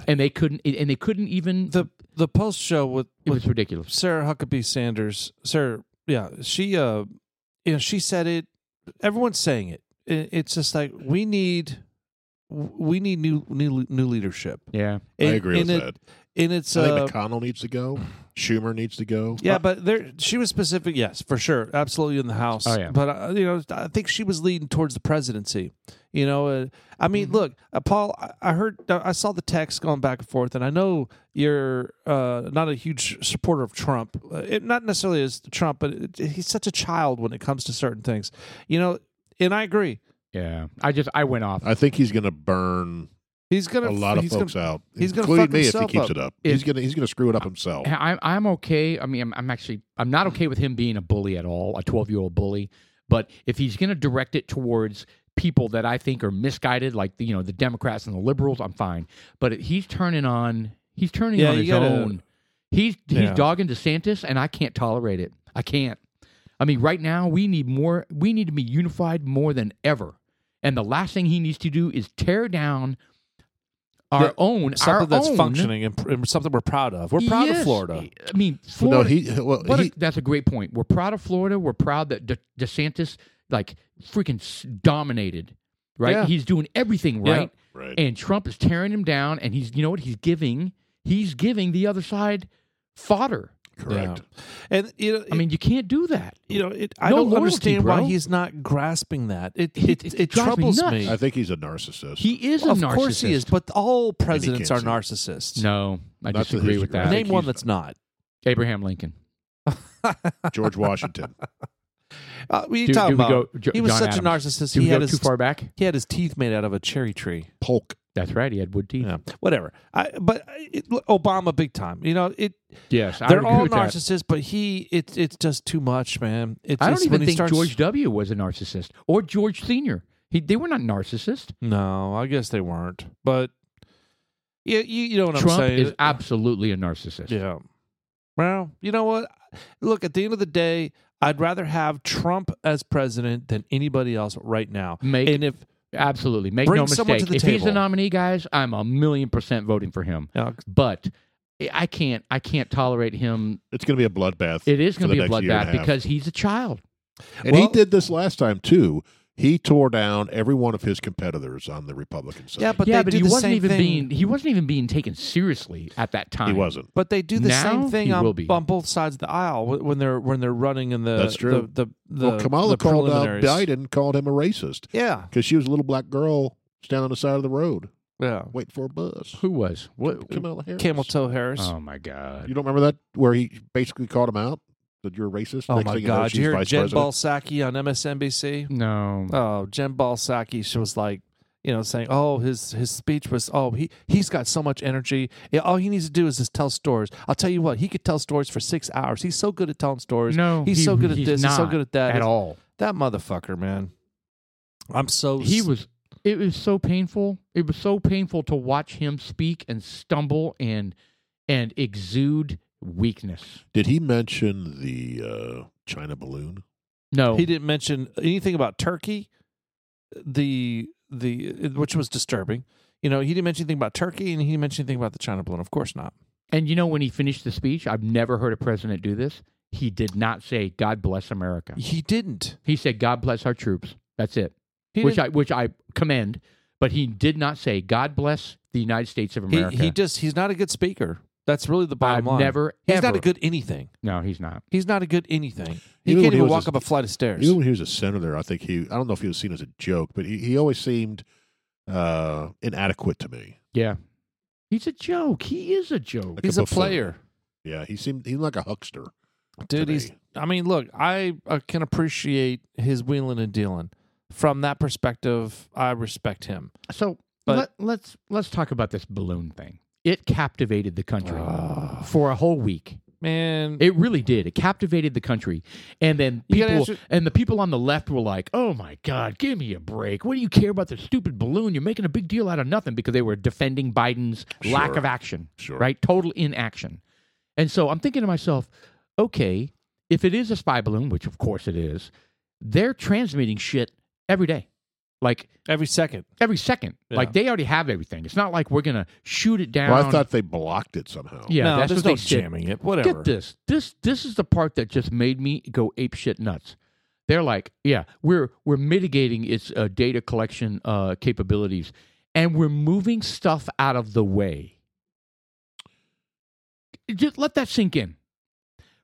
and they couldn't, and they couldn't even.
the the post show with,
it
with
was ridiculous.
Sarah Huckabee Sanders, Sarah, yeah, she, uh, you know, she said it. Everyone's saying it. I- It's just like we need, we need new new new leadership.
Yeah.
I
And-
agree
and
with
it-
that.
And it's
I
uh,
think McConnell needs to go. Schumer needs to go.
Uh,
yeah, but there she was specific. Yes, for sure, absolutely in the house.
Oh, yeah.
But uh, you know, I think she was leading towards the presidency. You know, uh, I
Mm-hmm.
mean, look, uh, Paul, I- I heard, uh, I saw the text going back and forth, and I know you're uh, not a huge supporter of Trump. Uh, It, not necessarily as Trump, but it, he's such a child when it comes to certain things. You know, and I agree.
Yeah. I just I went off.
I think he's going to burn
He's gonna
a lot of
he's
folks
Gonna,
out,
he's gonna
including
fuck
me if he
himself
keeps
up.
it up.
If-
he's going to he's going to screw it up himself.
Yeah, I'm I'm okay. I mean, I'm, I'm actually I'm not okay with him being a bully at all, a 12 year old bully. But if he's going to direct it towards people that I think are misguided, like the, you know the Democrats and the liberals, I'm fine. But he's turning on he's turning
Yeah,
on
you
his
gotta-
own. He's he's
Yeah.
dogging DeSantis, and I can't tolerate it. I can't. I mean, right now we need more. We need to be unified more than ever. And the last thing he needs to do is tear down our
Yeah,
own our
something that's
own-
functioning and, pr- and something we're proud of. We're proud
Yes.
of Florida.
I mean,
Well,
Florida.
no, he well
What a-
he,
that's a great point. We're proud of Florida. We're proud that De- DeSantis like freaking s- dominated, right?
Yeah.
He's doing everything
Yeah.
right,
right.
and Trump is tearing him down. And he's you know what he's giving? He's giving the other side fodder.
correct.
Yeah. And you know,
I mean, you can't do that.
you know, it, I
No
don't
loyalty,
understand why
bro.
he's not grasping that. It
He-
it,
it
it,
drives me
troubles
nuts.
me.
I think he's a narcissist.
He is a
of
narcissist.
course he is, but all presidents
can't
are
see it.
narcissists.
no, I
That's the
disagree
history,
with
right?
that.
I think
Name one
he's-
that's not.
Abraham Lincoln.
George Washington.
Uh, what are you
Do-
talking
do we
about?
go Jo-
he was
John
such
Adams.
a narcissist.
Do
He
we
had
go
his
too far back?
he had his teeth made out of a cherry tree.
Polk.
That's right. He had wood teeth.
Yeah, whatever. I, but it, Obama, big time. You know, it.
Yes, I would
They're
agree
all
with that.
narcissists, but he. It's it's just too much, man. It's,
I
it's
don't
when
even
he
think
starts-
George W. was a narcissist or George Senior. He, they were not narcissists.
No, I guess they weren't. But yeah, you, you know what
Trump
I'm saying.
is absolutely a narcissist.
Yeah. Well, you know what? Look, at the end of the day, I'd rather have Trump as president than anybody else right now.
Make-
and if
Absolutely. Make
Bring
no
someone
mistake.
to the
if he's the
table.
nominee, guys, I'm a million percent voting for him.
uh,
But I can't I can't tolerate him.
It's going to be a bloodbath.
It is
for
going to
the
be a
next year and
bloodbath
a half.
because he's a child.
and
Well-
he did this last time too. He tore down every one of his competitors on the Republican side.
yeah, but
yeah,
they
but
do
he
the
wasn't
same
even
thing.
being he wasn't even being taken seriously at that
he
time.
wasn't.
but they do the
Now,
same thing
he
on,
will be.
on both sides of the aisle wh- when they're when they're running in the
That's true.
The, the, the
well, Kamala
the
called out
preliminaries.
Biden, called him a racist
Yeah,
because she was a little black girl standing on the side of the road
yeah.
waiting for a bus.
Who was? What?
Kamala Harris.
Camel toe Harris.
Oh my god.
You don't remember that where he basically called him out that you're a racist.
oh
Next
my
thing you know,
God!
she's
you hear
vice
Jen
president.
Balsaki on MSNBC?
No.
Oh, Jen Balsaki, she was like, you know, saying, "Oh, his his speech was, oh, he he's got so much energy. Yeah, all he needs to do is just tell stories. I'll tell you what, he could tell stories for six hours. He's so good at telling stories.
no.
he's
he-
so good at this. He's so
not
good at that.
at all.
That motherfucker, man. I'm so
he
s-
was it was so painful it was so painful to watch him speak and stumble and and exude weakness
Did he mention the uh, China balloon?
no
He didn't mention anything about Turkey, the the which was disturbing. You know, he didn't mention anything about Turkey, and he didn't mention anything about the China balloon. Of course not.
and you know when he finished the speech i've never heard a president do this He did not say "God bless America."
He didn't.
He said "God bless our troops." That's it,
He
which
didn't-
I which I commend. But he did not say "God bless the United States of
he,
America."
he just he's not a good speaker. That's really the
I've
bottom line.
never
he's
ever.
not a good anything.
No, he's not.
He's not a good anything. He
Even when
can't
he
even
was
walk
a-
up a flight of stairs.
Even when he was a senator, I think he, I don't know if he was seen as a joke, but he, he always seemed uh, inadequate to me.
Yeah, he's a joke. He is a joke.
Like
he's a
buffoon.
player,
Yeah, he seemed, he like a huckster.
dude.
to
He's.
me.
I mean, look, I uh, can appreciate his wheeling and dealing. From that perspective, I respect him.
So
But-
let, let's let's talk about this balloon thing. It captivated the country
Ah.
for a whole week.
Man,
It really did. It captivated the country, and then
You gotta
people
answer-
and the people on the left were like, "Oh my God, give me a break! What do you care about the stupid balloon? You're making a big deal out of nothing." Because they were defending Biden's lack
Sure.
of action,
Sure.
right? Total inaction. And so I'm thinking to myself, okay, if it is a spy balloon, which of course it is, they're transmitting shit every day, like
every second.
every second.
Yeah.
Like they already have everything. It's not like we're gonna shoot it down.
Well, I thought they blocked it somehow.
yeah,
no,
that's
there's
what they
no
said.
jamming it. Whatever.
Get this. This this is the part that just made me go apeshit nuts. They're like, yeah, we're we're mitigating its uh, data collection uh, capabilities, and we're moving stuff out of the way. Just let that sink in.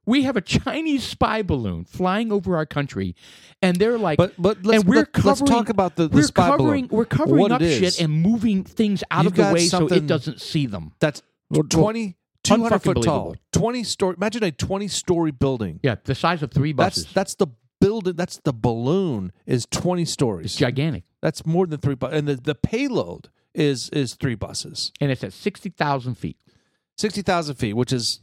We have a Chinese spy balloon flying over our country, and they're like,
But but let's,
and we're
let, us
covering-
talk about the, the
we're
spy
covering
balloon.
we're covering
What
up
it is.
shit and moving things out
You've
of the
got
way so it
something-
doesn't see them.
That's
Well,
20, 200
unfucking
foot tall.
believable.
20 story. Imagine a 20 story building.
Yeah, the size of three buses.
That's that's the building. That's the balloon is 20
it's
stories.
gigantic.
that's more than three buses. And the, the payload is is three buses.
and it's at 60,000 feet,
60,000 feet, which is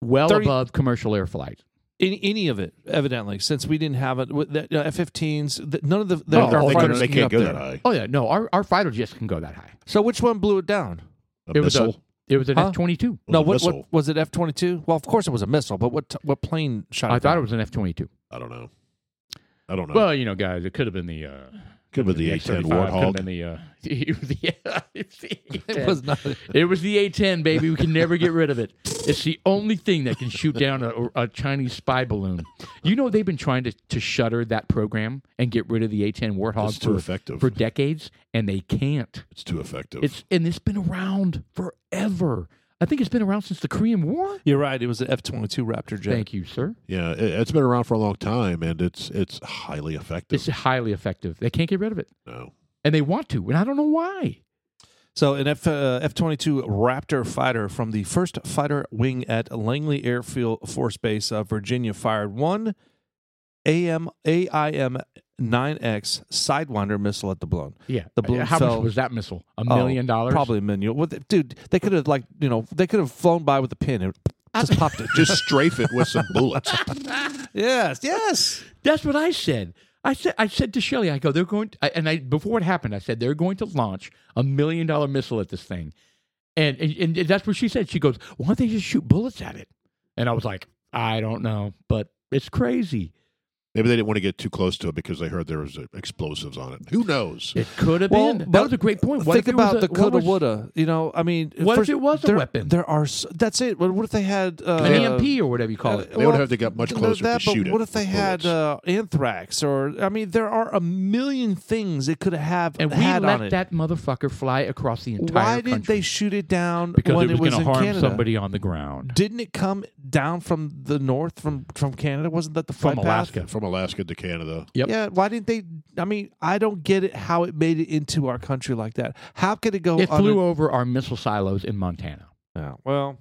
well
30
above commercial air flight.
any, any of it, evidently, since we didn't have it. With the, uh, F-15s, the, none of the, the,
Oh,
our
they,
fighters
couldn't- they
can get
can't
up
go
there.
that high.
Oh, yeah. No, our, our fighter jets can go that high.
So which one blew it down?
A
It was,
missile.
a, it was an
Huh?
F 22.
It was
No,
a
what,
missile.
what was it? F twenty two? Well, of course it was a missile, but what what plane shot?
I
down?
thought it was an F 22.
I don't know. I don't know.
Well, you know, guys, it could have been the. Uh,
Could have been the A10
F-35, Could have
Warthog.
been the, uh, the,
It was not.
It was the A-10, baby. We can never get rid of it. It's the only thing that can shoot down a, a Chinese spy balloon. You know they've been trying to, to shutter that program and get rid of the A-10 Warthog
It's too
for,
effective.
for decades, and they can't.
it's too effective.
It's and it's been around forever. I think it's been around since the Korean War.
You're right. It was an F twenty two Raptor jet.
Thank you, sir.
yeah, it, it's been around for a long time, and it's it's highly effective.
It's highly effective. They can't get rid of it,
no.
and they want to, and I don't know why.
So an F uh, F twenty two Raptor fighter from the first fighter wing at Langley Airfield Force Base of Virginia fired one AM AIM nine X Sidewinder missile at the balloon.
Yeah,
The balloon
How
fell-
much was that missile? A
Oh,
million dollars?
probably a million. What the- dude, they could have like you know they could have flown by with a pin and just popped it.
Just strafe it with some bullets.
yes, yes.
That's what I said. I said I said to Shelley, I go, they're going, I, and I before it happened, I said they're going to launch a million dollar missile at this thing, and, and and that's what she said. She goes, why don't they just shoot bullets at it? And I was like, I don't know, but it's crazy.
Maybe they didn't want to get too close to it because they heard there was uh, explosives on it. Who knows?
It could have
Well,
been. That
but
was a great point. What
Think
if it was
about
a-
the
what
coulda,
was-
woulda. You know, I mean,
What if
first-
it was a
there-
weapon?
There are. s- That's it. What what if they had uh,
an EMP or whatever you call it.
They would have to get much
th-
closer
that,
to
but
shoot it
What if they
with
had uh, anthrax or? I mean, there are a million things it could have
And we
had on
let
it.
that motherfucker fly across the entire
Why
country
didn't they shoot it down
because
when
it was,
in
going to harm
Canada?
somebody on the ground
Didn't it come down from the north from from Canada? Wasn't that the flight
from
path?
Alaska.
From Alaska to Canada.
Yep.
Yeah, why didn't they? I mean, I don't get it how it made it into our country like that. How could it go?
It
under-
flew over our missile silos in Montana.
Yeah, well,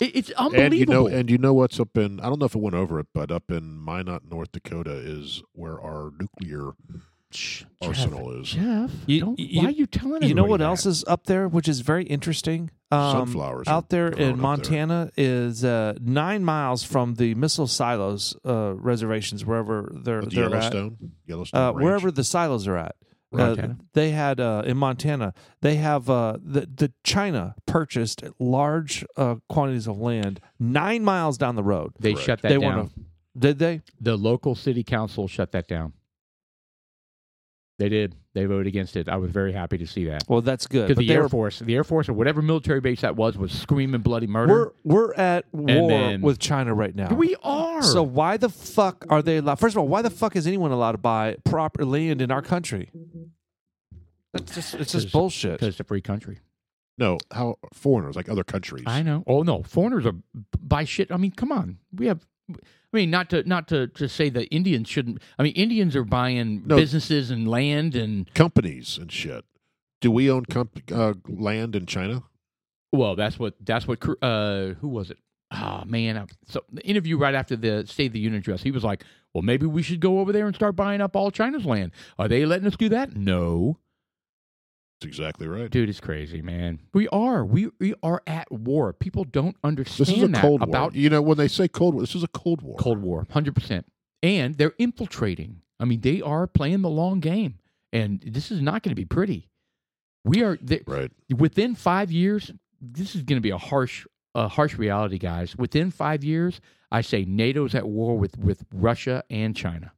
It, it's
And you know,
unbelievable.
and you know what's up in? I don't know if it went over it, but up in Minot, North Dakota, is where our nuclear arsenal is.
Jeff,
You-
don't,
you-
why are you telling
you know
everybody
what
that?
else is up there, which is very interesting. Um,
Sunflowers are
out there
growing
in
up there.
Montana is uh, nine miles from the missile silos uh, reservations, wherever they're
The
they're at,
Yellowstone, Yellowstone,
uh,
Range.
wherever the silos are at. Uh,
Montana.
they had uh, in Montana. They have uh, the the China purchased large uh, quantities of land nine miles down the road.
They
Correct.
shut that
They
down.
wanna- Did they?
The local city council shut that down. They did. They voted against it. I was very happy to see that
Well, that's good.
because
But
the
they
Air
were-
Force, the Air Force, or whatever military base that was, was screaming bloody
we're
murder.
we're at war
then-
with China right now.
we are.
So why the fuck are they allowed? First of all, why the fuck is anyone allowed to buy proper land in our country? That's just it's just
'Cause-
bullshit.
because it's a free country.
No, how foreigners like other countries.
I know. Oh no, foreigners are buy shit. I mean, come on. We have. I mean, not to not to to say that Indians shouldn't. I mean, Indians are buying
No.
businesses and land and
companies and shit. Do we own comp- uh, land in China?
well, that's what that's what. Cr- Uh, who was it? Ah man. I- So the interview right after the State of the Union address, he was like, "Well, maybe we should go over there and start buying up all China's land. Are they letting us do that? No,
That's exactly right.
dude, it's crazy, man. We are we we are at war. People don't understand
this is a
that
cold
about
war. You know when they say cold war, this is a cold war.
Cold War, hundred percent. And they're infiltrating. I mean, they are playing the long game, and this is not going to be pretty. We are th-
Right.
within five years. This is going to be a harsh, a harsh reality, guys. Within five years, I say NATO's at war with with Russia and China.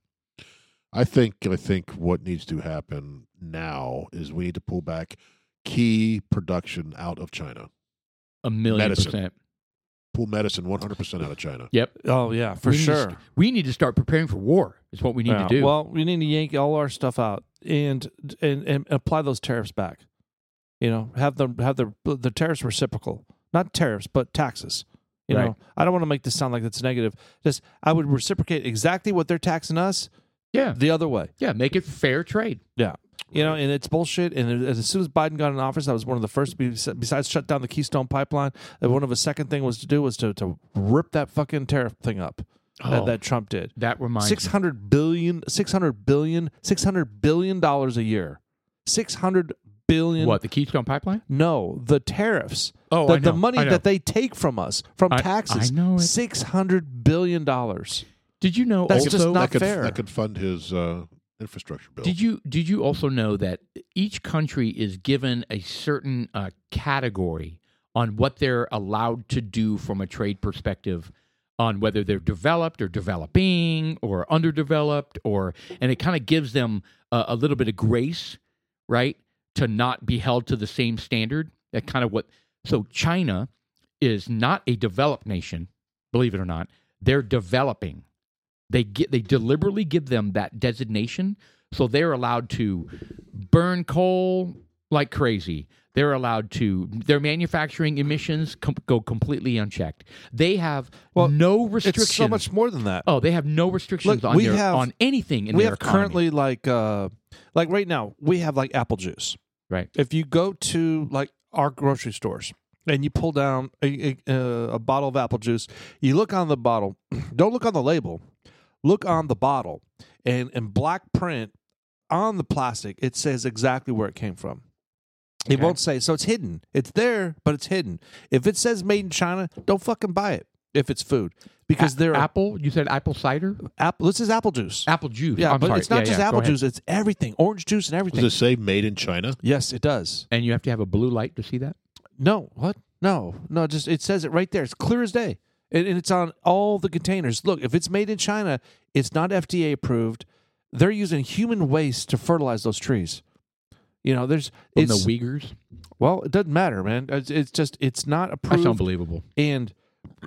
I think I think what needs to happen now is we need to pull back key production out of China.
A million
Medicine.
percent.
Pull medicine 100% out of China.
Yep,
oh yeah, for
We need to
sure.
st- we need to start preparing for war. Is what we need
Yeah,
to do.
Well, we need to yank all our stuff out and and, and apply those tariffs back. You know, have the have the the tariffs reciprocal, not tariffs, but taxes. You
Right.
know, I don't want to make this sound like it's negative. Just I would reciprocate exactly what they're taxing us
yeah,
the other way.
yeah. Make it fair trade.
Yeah. You know, and it's bullshit. And as as soon as Biden got in office, I was one of the first. bes- Besides, shut down the Keystone Pipeline. And one of his second thing was to do was to, to rip that fucking tariff thing up that,
Oh.
that Trump did.
That reminds
Six
me.
hundred billion, six hundred billion, six hundred billion dollars a year. Six hundred billion.
What the Keystone Pipeline?
No, the tariffs.
Oh,
the,
I know,
the money
I know.
that they take from us from
I-
taxes.
I know it.
Six hundred billion dollars.
Did you know?
That's
also,
just not
that could
fair.
that could fund his uh, infrastructure bill.
Did you did you also know that each country is given a certain uh, category on what they're allowed to do from a trade perspective, on whether they're developed or developing or underdeveloped, or and it kind of gives them a, a little bit of grace, right, to not be held to the same standard. That kind of what. So China is not a developed nation, believe it or not. They're developing. They get they deliberately give them that designation so they're allowed to burn coal like crazy. They're allowed to their manufacturing emissions com- go completely unchecked. They have
Well,
no
It's
restrictions.
so much more than that.
oh, they have no restrictions
Look,
on
we
their,
have-
on anything in
we
their
have
economy.
currently like uh like right now we have like apple juice
right.
if you go to like our grocery stores and you pull down a, a, a bottle of apple juice you look on the bottle don't look on the label look on the bottle and in black print on the plastic it says exactly where it came from it
Okay.
won't say so it's hidden it's there but it's hidden if it says made in china don't fucking buy it if it's food because
A-
there are
apple, you said apple cider,
apple this is apple juice
apple juice.
yeah,
I'm
but
sorry.
it's not
Yeah,
just
yeah, go
apple
ahead.
juice; it's everything, orange juice and everything.
Does it say made in China?
yes, it does.
And you have to have a blue light to see that.
No, what? No, no. Just it says it right there. It's clear as day, and, and it's on all the containers. Look, if it's made in China, it's not FDA approved. They're using human waste to fertilize those trees. You know, there's
From
it's
the Uyghurs.
well, it doesn't matter, man. It's, it's just it's not
That's
approved,
unbelievable.
and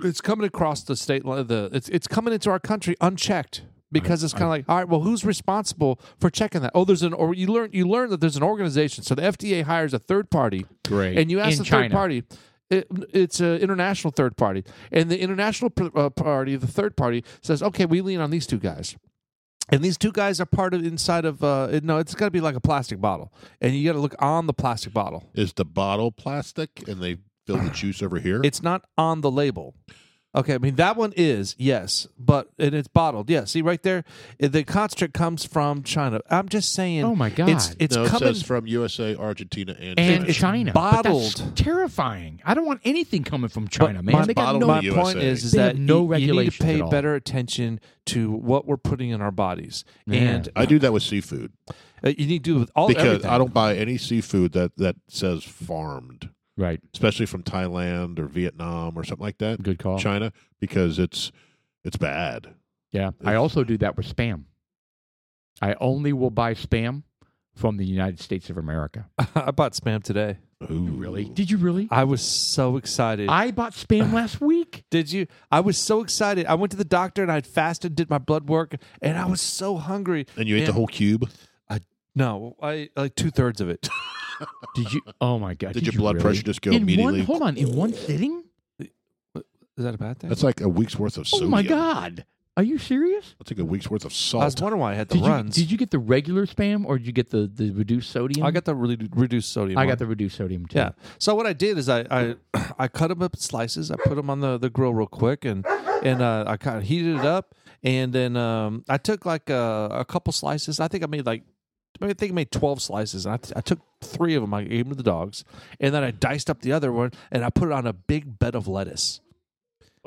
it's coming across the state. li- The it's it's coming into our country unchecked. Because it's kind of like, all right, well, who's responsible for checking that? Oh, there's an or you learn you learn that there's an organization. So the FDA hires a third party,
Great.
and you ask
In
the
China.
third party. It, it's an international third party, and the international pr- uh, party, the third party, says, "Okay, we lean on these two guys." And these two guys are part of inside of uh, it- no, it's got to be like a plastic bottle, and you got to look on the plastic bottle.
Is the bottle plastic and they fill the juice over here?
It's not on the label. Okay, I mean that one is yes, but and it's bottled. Yeah, see right there, uh, the concentrate comes from China. I'm just saying.
Oh my
It's
God.
it's
no, it
coming.
says from USA, Argentina, and,
and
China.
China. But that's
bottled.
terrifing. I don't want anything coming from
But
China, man.
my
they got
bottled
no
my
in the
point
USA.
is, is
They
that
have no
you- you, need to
regulations
pay
at all.
better attention to what we're putting in our bodies,
Yeah.
and
I do that with seafood
uh, you need to do with all
because
everything.
I don't buy any seafood that, that says farmed,
right.
especially from Thailand or Vietnam or something like that,
Good call.
China, because it's it's bad.
Yeah. I also do that with spam. I only will buy spam from the United States of America.
I bought spam today.
Ooh.
Did you really?
I was so excited.
I bought spam last week.
Did you? I was so excited. I went to the doctor and I fasted, did my blood work, and I was so hungry.
And you ate the
And-
whole cube?
Uh,
No, I like two thirds of it.
Did you? Oh my god!
Did, your blood
really?
pressure just go
in
immediately?
One, hold on, in one sitting?
Is that a bad thing?
That's like a week's worth of
Oh
sodium.
my god! Are you serious?
That's like a week's worth of
I was
salt.
wondering why I had the
Did you,
runs.
did you get the regular spam or did you get the, the reduced sodium?
I got the really reduced sodium.
I
one.
got the reduced sodium too.
Yeah. So what I did is I I, I cut them up in slices. I put them on the, the grill real quick, and and uh, I kind of heated it up, and then um, I took like a, a couple slices. I think I made like I think I made twelve slices. And I, t- I took three of them. I gave them to the dogs, and then I diced up the other one, and I put it on a big bed of lettuce.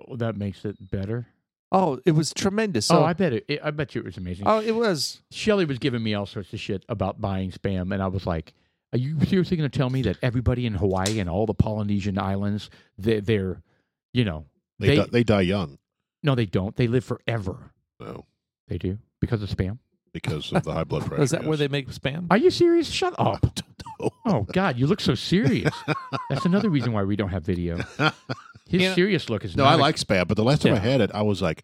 Oh, that makes it better.
Oh, it was tremendous. So,
oh, I bet it, I bet you it was amazing.
oh, it was.
Shelly was giving me all sorts of shit about buying spam, and I was like, "Are you seriously going to tell me that everybody in Hawaii and all the Polynesian islands, they, they're, you know,
they,
they-
di- they die young
no, they don't. They live forever.
no,
They do because of spam.
because of the high blood pressure.
Is that where
yes.
they make spam?
Are you serious? Shut
I
up.
don't know.
Oh God, you look so serious. That's another reason why we don't have video. His
You know-
serious look is
No,
not
I
a-
like spam, but the last time I
Yeah.
had it, I was like,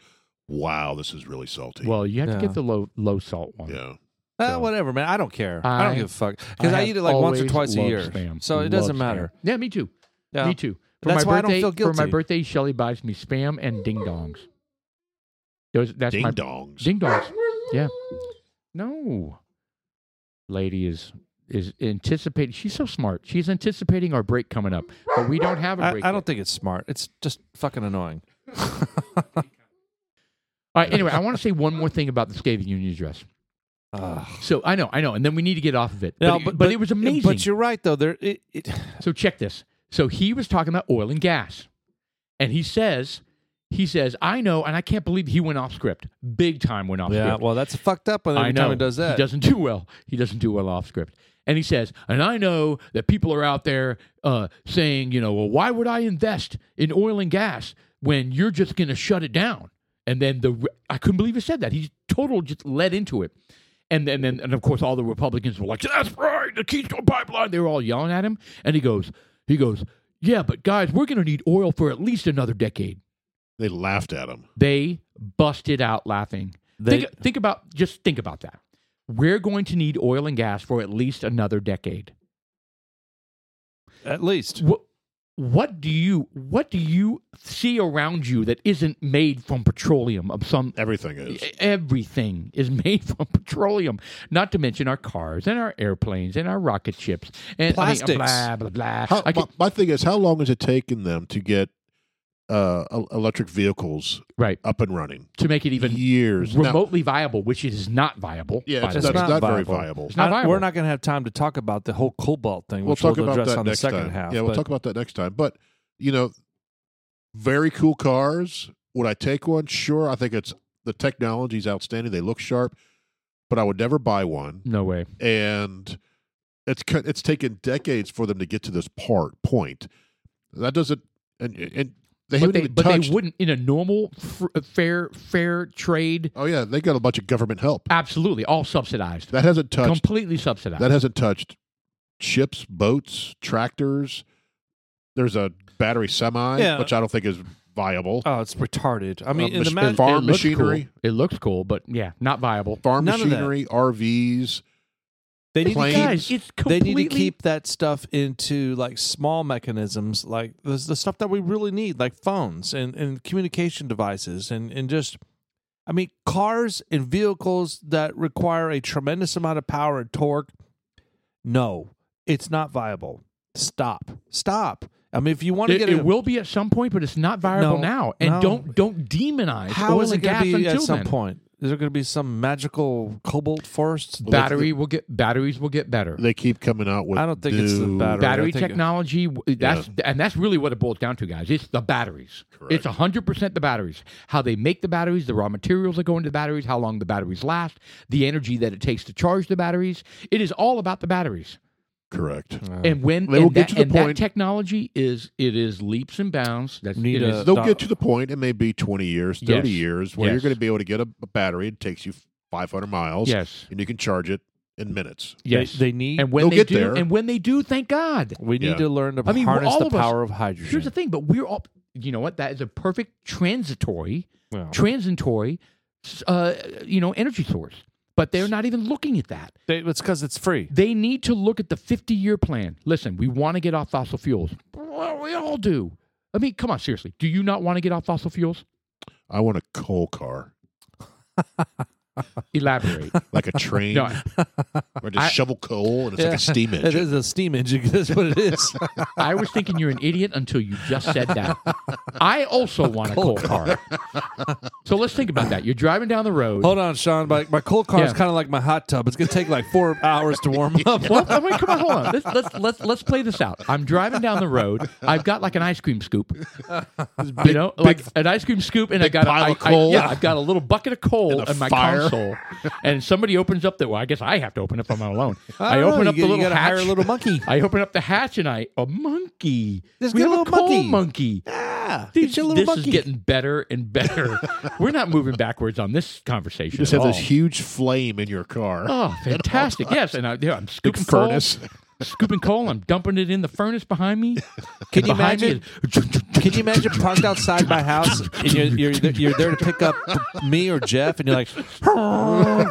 wow, this is really salty.
Well, you have to
Yeah.
get the low low salt one.
yeah.
Ah,
So-
whatever, man. I don't care. I,
I-
don't give a fuck because I,
have
eat it like once or
always
twice a
loved
year,
spam.
so it
Love
doesn't
spam.
matter.
Yeah, me too.
Yeah.
Me too. For
That's
my
why I don't
birthday,
feel
For my
guilty.
birthday, Shelly buys me spam and ding dongs. Those that's
Ding
my
dongs.
ding dongs. Yeah. No. Lady is is anticipating. She's so smart. She's anticipating our break coming up, but we don't have a
I,
break.
I
yet.
don't think it's smart. It's just fucking annoying.
All right. Anyway, I want to say one more thing about the scathing union address.
Ugh.
So I know, I know, and then we need to get off of it.
No,
but, it- but, it was amazing.
But you're right though. There, it, it,
So check this. So he was talking about oil and gas. And he says, he says, I know, and I can't believe he went off script. Big time went off
yeah.
script.
Well, that's fucked up. When
I
every
know.
time it does that,
He doesn't do well. He doesn't do well off script. And he says, and I know that people are out there uh, saying, you know, well, why would I invest in oil and gas when you're just going to shut it down? And then the I couldn't believe he said that. He total just led into it. And then, and, and of course, all the Republicans were like, "That's right, the Keystone Pipeline." They were all yelling at him, and he goes, "He goes, yeah, but guys, we're going to need oil for at least another decade."
They laughed at him.
They busted out laughing.
They-
think, think about just think about that. We're going to need oil and gas for at least another decade.
at least
What, what do you what do you see around you that isn't made from petroleum of some e-,
Everything is.
everything is made from petroleum, not to mention our cars and our airplanes and our rocket ships and I mean, uh,
Plastics.
blah blah blah.
How,
I can-
my, my thing is, how long has it taken them to get uh, el- electric vehicles
right
up and running?
to make it even
Years. Now-
remotely viable, which it is not viable.
yeah,
by
it's,
the
that's
It's
way.
not,
not
very
viable.
viable.
It's not
I-
viable.
we're not going to have time to talk about the whole cobalt thing,
we'll
which
talk
we'll
about
address
that
on the
next
second
time.
half.
yeah, we'll
but
talk about that next time. But you know, very cool cars. Would I take one? Sure. I think it's the technology's outstanding. They look sharp, but I would never buy one.
no way.
And it's co- it's taken decades for them to get to this part point. That doesn't and and they
But
haven't
they,
even
but
touched.
they wouldn't in a normal fr- uh, fair fair trade.
oh yeah, they got a bunch of government help
Absolutely, all subsidized,
that hasn't touched.
completely subsidized.
that hasn't touched ships, boats, tractors. There's a battery semi,
Yeah.
which I don't think is viable.
oh, it's retarded. I mean,
Uh,
in the
mach-
ma-
farm
It looks cool.
machinery,
It looks cool, but yeah, not viable.
farm
None of that.
machinery, RVs.
they need
planes.
to keep
Guys, it's
they
completely
need to keep that stuff into like small mechanisms like the, the stuff that we really need like phones and, and communication devices and, and just i mean cars and vehicles that require a tremendous amount of power and torque no it's not viable stop stop i mean if you want to
It,
get
it
a,
will be at some point, but it's not viable
No,
now. And
no.
don't don't demonize
how
oil
is it
and
going
gas
to be
until
at some
then.
point is there going to be some magical cobalt forest
Battery will get batteries will get better.
They keep coming out with.
I don't think it's the
new-
battery.
Battery
I think-
technology, w- that's and that's really what it boils down to, guys. It's the batteries. It's It's hundred percent the batteries. How they make the batteries, the raw materials that go into the batteries, how long the batteries last, the energy that it takes to charge the batteries. It is all about the batteries.
Correct.
Uh,
And when
They
and
will get
that,
to the
and
point-
that technology is it is leaps and bounds. That's
Need
it
a-
is-
They'll
Uh,
get to the point. It may be twenty years, thirty
Yes.
years, where you're
Yes.
going to be able to get a, a battery. It takes you five hundred miles,
yes.
and you can charge it in minutes.
Yes.
They, they need.
and when
They'll
they
get
do,
there.
and when they do, thank God.
we need
Yeah.
to learn to
I mean,
harness
all
the
of us-
power of hydrogen.
Here's the thing, but we're all, you know what? That is a perfect transitory,
Well,
transitory, s- uh, you know, energy source. But they're not even looking at that.
they, it's because it's free.
They need to look at the 50 year plan. Listen, we want to get off fossil fuels. Well, we all do. I mean, come on, seriously. Do you not want to get off fossil fuels?
I want a coal car,
Elaborate.
like a train,
no,
where I just
I-
shovel coal and it's like
Yeah.
a steam
It
engine.
is a steam engine. That's what it is.
I was thinking you're an idiot until you just said that. I also want a coal car. So let's think about that. You're driving down the road.
Hold on, Sean. My, my coal car is
Yeah.
kind of like my hot tub. It's going to take like four hours to warm up.
Well, I mean, come on, hold on. Let's, let's let's let's play this out. I'm driving down the road. I've got like an ice cream scoop, you know, like an ice cream scoop, and I got
pile
a, I-
of coal.
I, yeah, I've got a little bucket of coal
And a
in my
fire.
console, and somebody opens up the. Well, I guess I have to open up on my own.
I
I,
don't know,
open
Oh, you
up
gotta-
the
you
little
gotta hire
hatch.
a little monkey.
I open up the hatch, and I a monkey.
Just
we
get a
have a
little
coal
monkey.
monkey.
Ah,
Dude,
get your little
this
monkey.
is getting better and better. We're not moving backwards on this conversation.
You just
at
have this
all.
huge flame in your car,
Oh, fantastic! Yes, and I, yeah, I'm
big
scooping coal
furnace.
scooping coal. I'm dumping it in the furnace behind me.
Can you
behind
imagine?
Me is,
Can you imagine parked outside my house and you're, you're, you're there to pick up me or Jeff and you're like, honk,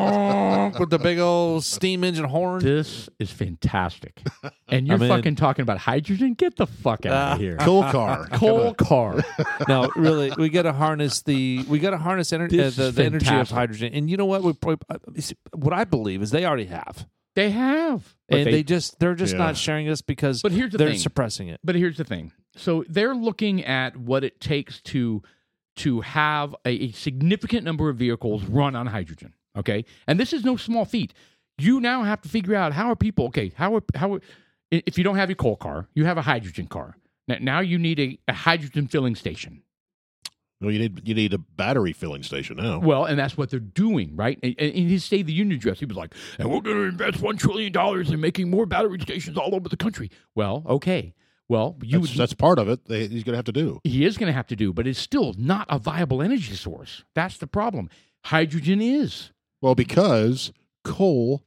honk, with the big old steam engine horn?
this is fantastic. And you're
I'm in.
fucking talking about hydrogen? Get the fuck out
Ah.
of here.
coal car.
Coal car.
No, really, we got to harness the we got to harness energy uh,
This
the,
is
the energy of
fantastic.
hydrogen. And you know what? We probably, uh, you see, what I believe is they already have,
They have. But,
and
they,
they, just they're just
Yeah.
not sharing this because
But here's the
they're
thing.
suppressing it.
but here's the thing. So they're looking at what it takes to to have a, a significant number of vehicles run on hydrogen. Okay, and this is no small feat. You now have to figure out how are people okay? How are, how are, i- if you don't have your coal car, you have a hydrogen car. Now, now you need a, a hydrogen filling station.
Well, you need you need a battery filling station now.
Well, and that's what they're doing, right? And, and in his State of the Union address, he was like, and we're going to invest $1 trillion in making more battery stations all over the country. Well, okay. Well, you
that's,
would,
that's part of it. They, he's going to have to do.
he is going to have to do, but it's still not a viable energy source. That's the problem. Hydrogen is.
Well, because coal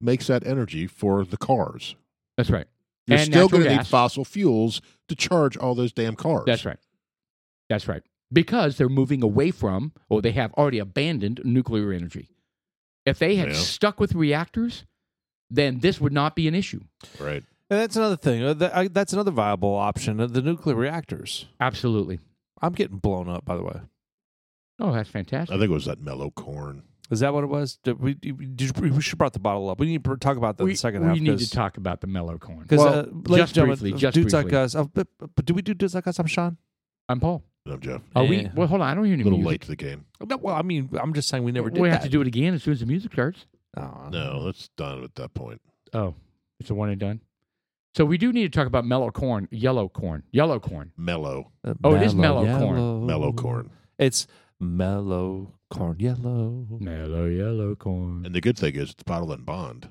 makes that energy for the cars.
That's right.
You're
And
still
natural
going to need
gas.
fossil fuels to charge all those damn cars.
That's right. That's right. Because they're moving away from, or they have already abandoned nuclear energy. If they had
Yeah.
stuck with reactors, then this would not be an issue.
Right.
And that's another thing. Uh, that- I- That's another viable option. uh, The nuclear reactors.
Absolutely.
I'm getting blown up. By the way,
Oh, that's fantastic.
I think it was that mellow corn.
is that what it was? Did we, did you- we should have brought the bottle up. We need to talk about that in the second half.
need to
'cause-
talk about the mellow corn.
Because
Well,
uh, ladies
just
and gentlemen,
briefly, just
dudes like
briefly.
us. Uh, but, but, but do we do dudes like us? I'm Sean.
I'm Paul.
No, Jeff.
Are we?
Yeah.
Well, hold on. I don't hear
A
any
little late
music.
to the game.
No, well, I mean, I'm just saying we never did.
we
that.
have to do it again as soon as the music starts.
Oh.
No, that's done at that point.
Oh, it's a one and done. So we do need to talk about mellow corn, yellow corn, yellow corn.
Mellow,
Uh,
Oh, it is mellow corn.
yellow.
mellow corn.
It's mellow corn yellow.
Mellow yellow corn.
And the good thing is it's bottled and bond.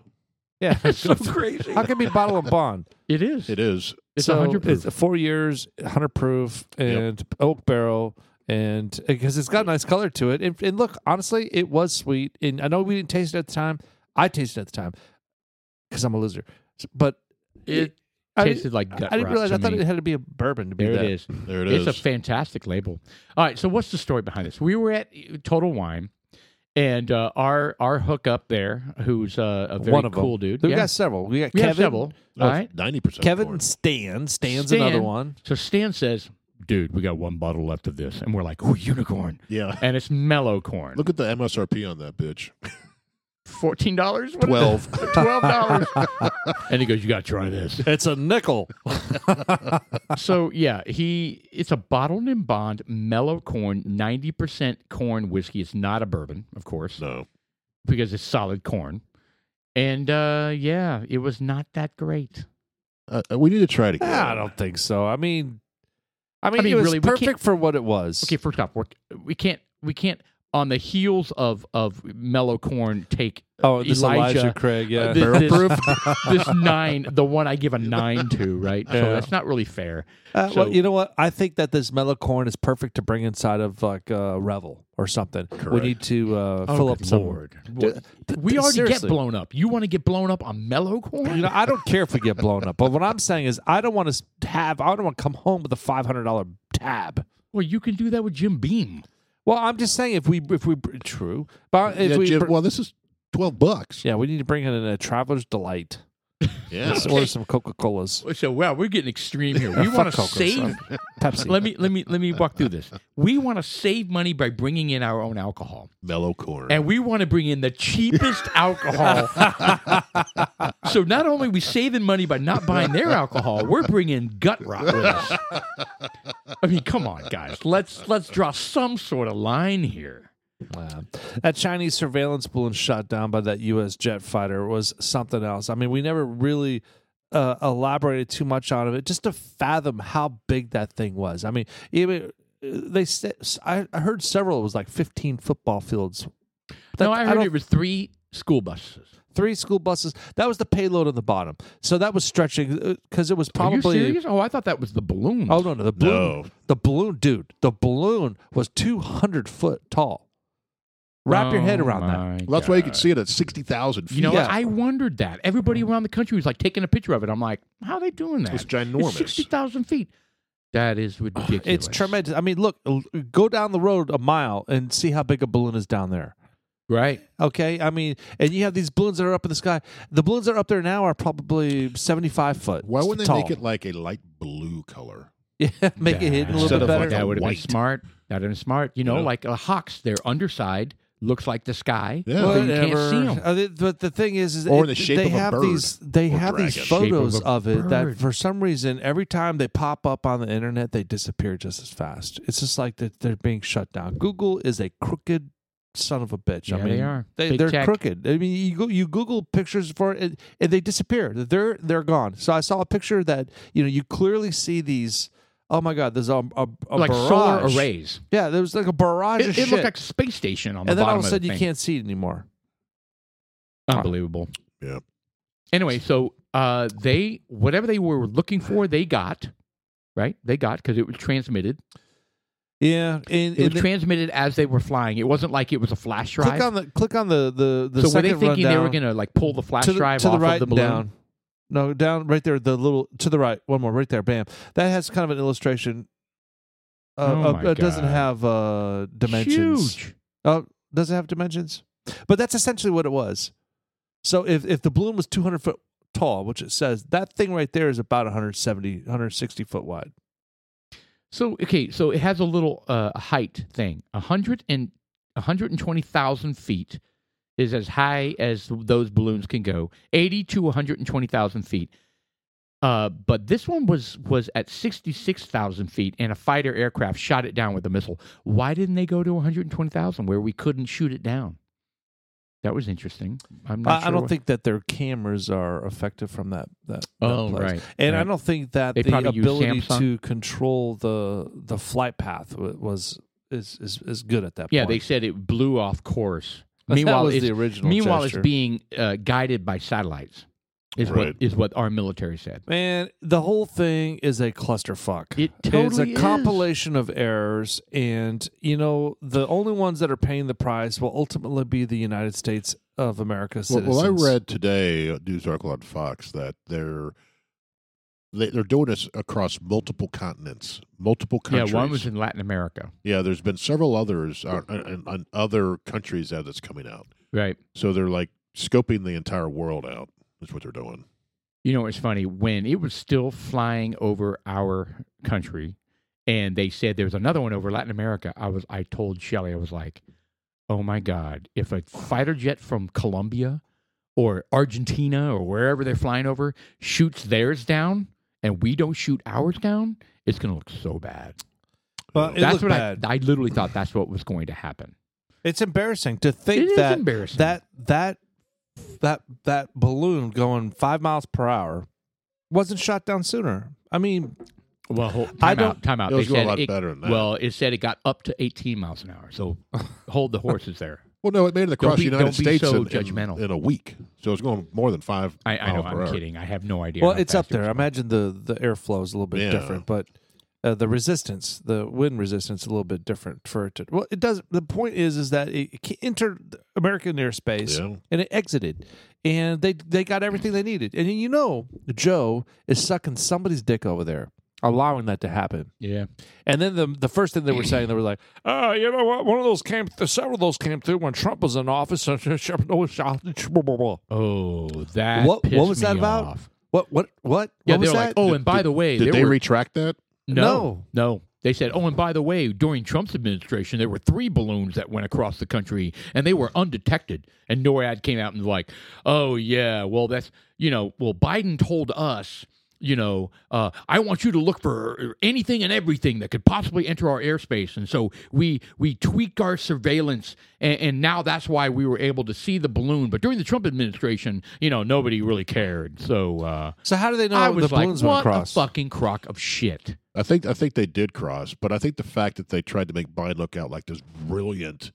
Yeah,
That's so crazy.
How can it be bottle and bond?
It is.
It is.
It's
so
100 proof.
It's four years, hundred proof, and oak barrel, and because it's got a nice color to it. And, and look, honestly, it was sweet. And I know we didn't taste it at the time. I tasted it at the time because I'm a loser. But
It
I didn't-
tasted like gut
I didn't
rot
realize.
to
I thought
me.
it had to be a bourbon to be
There
that.
it is.
There it
it's
is. Oh,
a fantastic label. All right, so what's the story behind this? We were at Total Wine, and uh, our our hookup there, who's uh, a very
One of
cool
them.
dude.
We
yeah,
got several. We got
we
Kevin.
have several.
Oh,
all
it's
right,
90%
Kevin
corn.
and Stan. Stan's
Stan.
another one.
So Stan says, "Dude, we got one bottle left of this," and we're like, "Oh, unicorn!"
Yeah.
And it's mellow corn.
Look at the MSRP on that bitch.
fourteen dollars,
12.
twelve dollars. and he goes, "You got to try this."
It's a nickel.
So yeah, he it's a bottled and bond mellow corn, ninety percent corn whiskey. It's not a bourbon, of course,
no.
because it's solid corn. And uh, yeah, it was not that great.
Uh, uh, we need to try it again.
I don't think so. I mean, I mean,
mean,
it was
really, we can't-
perfect for what it was.
Okay, first off, we're, we can't we can't on the heels of of mellow corn take
Oh, this Elijah,
Elijah
Craig, yeah.
this,
Barrel
this-
proof.
this nine, the one I give a nine to, right?
Yeah.
So that's not really fair.
Uh, well,
so-
you know what? I think that this mellow corn is perfect to bring inside of like uh, Revel. or something. We
Correct.
need to uh,
Oh,
fill
good
up some.
Lord.
Dude, th-
We
th-
already
seriously.
get blown up. You want to get blown up on mellow corn?
You know, I don't care if we get blown up, but what I'm saying is, I don't want to have. I don't want to come home with a five hundred dollar tab.
well, you can do that with Jim Beam.
Well, I'm just saying if we if we true, but if
Yeah,
we
Jim-
br-
well, this is twelve bucks.
yeah, we need to bring in a traveler's delight.
Yeah.
Let's order some Coca Colas.
Oh, So, wow, we're getting extreme here. We want to save.
Pepsi.
Let me let me let me walk through this. We want to save money by bringing in our own alcohol,
mellow corn.
and we want to bring in the cheapest alcohol. so not only are we saving money by not buying their alcohol, we're bringing gut rot with us. I mean, come on, guys. Let's let's draw some sort of line here.
Wow. That Chinese surveillance balloon shot down by that U.S. jet fighter was something else. I mean, we never really uh, elaborated too much on it, just to fathom how big that thing was. I mean, even uh, they said I I heard several. It was like fifteen football fields. That-
no, I heard
don't-
it was three school buses.
three school buses. That was the payload on the bottom. So that was stretching because it was
Are you
probably.
serious? Oh, I thought that was the balloon.
Oh no, no, the balloon,
No.
the balloon, dude, the balloon was two hundred foot tall. Wrap your head
Oh,
around that.
my
well, that's why you can
God.
see it at sixty thousand feet.
You know,
Yeah.
I wondered that. Everybody around the country was like taking a picture of it. I'm like, how are they doing that?
it's ginormous.
sixty thousand feet. That is ridiculous.
It's tremendous. I mean, look, l- go down the road a mile and see how big a balloon is down there.
right?
Okay, I mean, and you have these balloons that are up in the sky. The balloons that are up there now are probably seventy-five foot.
why wouldn't
tall.
they make it like a light blue color?
Yeah, make it hidden a little
Instead
bit
of like
better.
a
that would have been
white.
smart. That would have been smart. You know,
Yeah.
like a hawk's, their underside looks like the sky.
Yeah.
but you
Whatever.
can't see them.
Uh, th- But the thing is, is
Or in
it-
the shape
they
of a
have
bird
these they
or
have these
dragon.
Shape of
photos
a
of, it that
bird.
for some reason every time they pop up on the internet they disappear just as fast. It's just like that they're being shut down. Google is a crooked son of a bitch. I
Yeah,
mean,
they are.
They,
Big
they're
tech.
crooked. I mean, you go, you Google pictures for it, and they disappear. They're they're gone. So I saw a picture that you know you clearly see these. Oh my God! There's a, a, a
Like solar
barrage.
arrays.
Yeah, there was like a barrage of
It, it
shit.
looked like a space station on
and
the
then all
bottom
of a
the
sudden you
thing.
can't see it anymore.
Unbelievable.
Yeah.
Anyway, so uh, they whatever they were looking for, they got. Right, they got because it was transmitted.
Yeah, and,
It
and
was transmitted as they were flying. It wasn't like it was a flash drive.
Click on the click on the the, the
so were
second
they thinking
rundown
they were going to like pull the flash
to the,
drive
to the
off
right
of
and
the balloon?
down. No, down right there. The little to the right, one more right there. Bam. That has kind of an illustration. Uh,
Oh
uh,
my
it doesn't
God.
have uh, dimensions.
Huge.
Oh, does it have dimensions? But that's essentially what it was. So if if the balloon was 200 foot tall, which it says, that thing right there is about 170, 160 foot wide.
So okay, so it has a little uh, height thing. A hundred and a hundred and twenty thousand feet is as high as those balloons can go. Eighty to one hundred and twenty thousand feet. Uh, but this one was was at sixty six thousand feet, and a fighter aircraft shot it down with a missile. Why didn't they go to one hundred and twenty thousand, where we couldn't shoot it down? That was interesting. I'm
I,
not.
I
sure
don't
why-
think that their cameras are effective from that. that that
Oh,
place.
right,
And I
right.
don't think that
They
the
probably use
ability
Samsung.
to control the the flight path w- was is is, is good at that.
Yeah, they
point.
said it blew off course.
That
Meanwhile,
was
it's,
the original.
Meanwhile,
gesture.
it's being uh, guided by satellites. Is what
Right.
is what our military said.
man, the whole thing is a clusterfuck.
It
it's a
totally is.
compilation of errors, and you know the only ones that are paying the price will ultimately be the United States of America
Well,
citizens.
well, I read today a news article on Fox that they're they, they're doing this across multiple continents, multiple countries.
Yeah, one was in Latin America.
Yeah, there's been several others uh, and, and other countries that it's coming out.
Right.
So they're like scoping the entire world out. Is what they're doing.
You know, it's funny when it was still flying over our country, and they said there was another one over Latin America. I was I told Shelley I was like, oh my god, if a fighter jet from Colombia or Argentina or wherever they're flying over shoots theirs down and we don't shoot ours down, it's gonna look so bad.
But it
that's
looked
what
bad.
I I literally thought that's what was going to happen.
It's embarrassing to
It
think
is
that
embarrassing.
that that that that balloon going five miles per hour wasn't shot down sooner. I mean,
Well, hold,
I
time out, time out.
It was
They
going a
said
lot
it-
better than that.
Well, it said it got up to 18 miles an hour. So hold the horses there.
Well, no, it made it across
be-
the United
don't be
States
so
in, in-
judgmental.
in a week. So it's going more than five.
I, I know.
miles per
I'm
hour.
kidding. I have no idea.
Oh, well,
how
it's up
fast it was
there. I
going.
imagine the the airflow is a little bit
Yeah.
different, but uh, the resistance, the wind resistance, a little bit different for it. To, well, it does. The point is, is that it ca- entered American airspace
Yeah.
and it exited, and they they got everything they needed. And you know, Joe is sucking somebody's dick over there, allowing that to happen.
Yeah.
And then the the first thing they were saying, they were like, "Oh, you know what? One of those came, several of those came through when Trump was in office." what
Oh, that.
What- what
pissed
was that
me
about?
off.
what what?
Yeah,
what
they
was
were
that?
like, oh, and by
Did-
the way,
Did
there
they
were-
retract that?
No.
no, no. They said, oh, and by the way, during Trump's administration, there were three balloons that went across the country, and they were undetected. And NORAD came out and was like, oh yeah, well that's you know, well Biden told us. You know, uh, I want you to look for anything and everything that could possibly enter our airspace, and so we we tweaked our surveillance, and, and now that's why we were able to see the balloon. But during the Trump administration, you know, nobody really cared. So uh,
So how do they know
I was
the
like,
balloons
what
went across?
a fucking crock of shit.
I think I think they did cross, but I think the fact that they tried to make Biden look out like this brilliant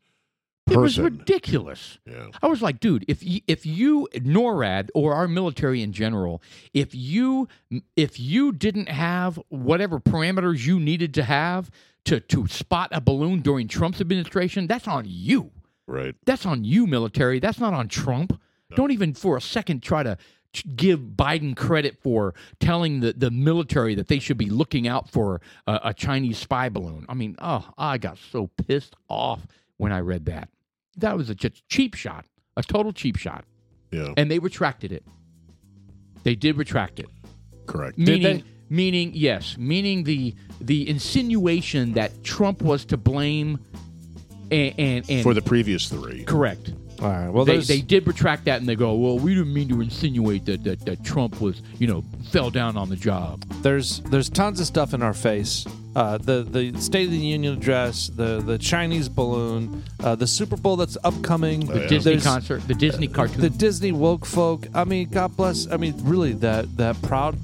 It was
person.
ridiculous.
yeah.
I was like, dude, if you, if you NORAD or our military in general, if you if you didn't have whatever parameters you needed to have to to spot a balloon during Trump's administration, that's on you.
Right.
That's on you, military. That's not on Trump. Don't even for a second try to ch- give Biden credit for telling the, the military that they should be looking out for a, a Chinese spy balloon. I mean, oh, I got so pissed off when I read that. That was a ch- cheap shot, a total cheap shot.
Yeah.
And they retracted it. They did retract it
correct.
Did
meaning meaning yes meaning the the insinuation that trump was to blame and and, and
For the previous three.
correct
All right. Well,
they,
there's-
they did retract that and they go well we didn't mean to insinuate that, that that trump was you know fell down on the job
there's there's tons of stuff in our face. Uh, the the State of the Union address, the the Chinese balloon, uh, the Super Bowl that's upcoming,
The Yeah.
disney
There's
concert the disney cartoon
the Disney woke folk. I mean, God bless. I mean, really, that that proud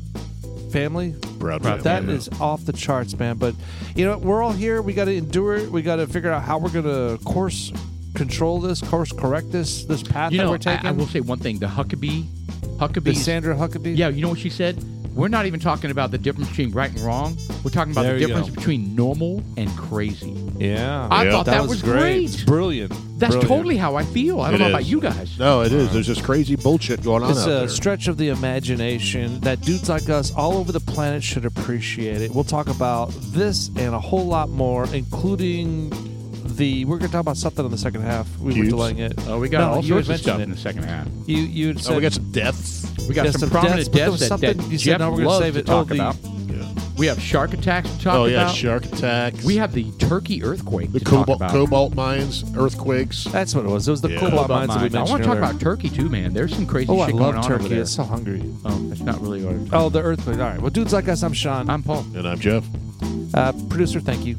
family
Proud
that
family,
is
yeah.
off the charts, man. But you know, we're all here. We got to endure it. We got to figure out how we're gonna course control this, course correct this this path
you
that
know
we're taking.
I, I will say one thing the huckabee
the
huckabee
Sandra Huckabee.
yeah you know what she said we're not even talking about the difference between right and wrong we're talking about
There
the
you
difference
go.
between normal and crazy
yeah.
I
Yeah.
thought that, was, great.
Brilliant.
That's
Brilliant.
totally how I feel. I don't
It
know
is.
about you guys.
No, it is. There's this crazy bullshit going on
It's uh,
out
a
there.
stretch of the imagination that dudes like us all over the planet should appreciate it. We'll talk about this and a whole lot more, including the. We're going to talk about something in the second half. We
Cubes?
were delaying it.
Oh, we got
No,
all
you
sorts
had
of stuff in
mentioned
the second half.
it. You you had said
oh, we got some deaths.
We got
yeah,
some,
some deaths, but
prominent
there
deaths,
was
that, that
something you said,
Jeff
no, we're gonna
loves
save
to
it till
talk
the-
about.
Yeah.
We have shark attacks to talk
Oh yeah,
about.
shark attacks.
we have the Turkey earthquake
the
to
cobalt
talk about.
cobalt mines, earthquakes.
That's what it was. It was the
Yeah.
cobalt
Cobalt
mines that we
I
mentioned.
want to talk
earlier.
about Turkey too, man. There's some crazy
Oh, I
shit going
love
on over
Turkey.
there.
It's so Oh, hungry.
Um, it's not really what I'm
Oh, the earthquake. All right. Well, dudes like us, I'm Sean.
I'm Paul.
And I'm Jeff.
Uh, producer, thank you.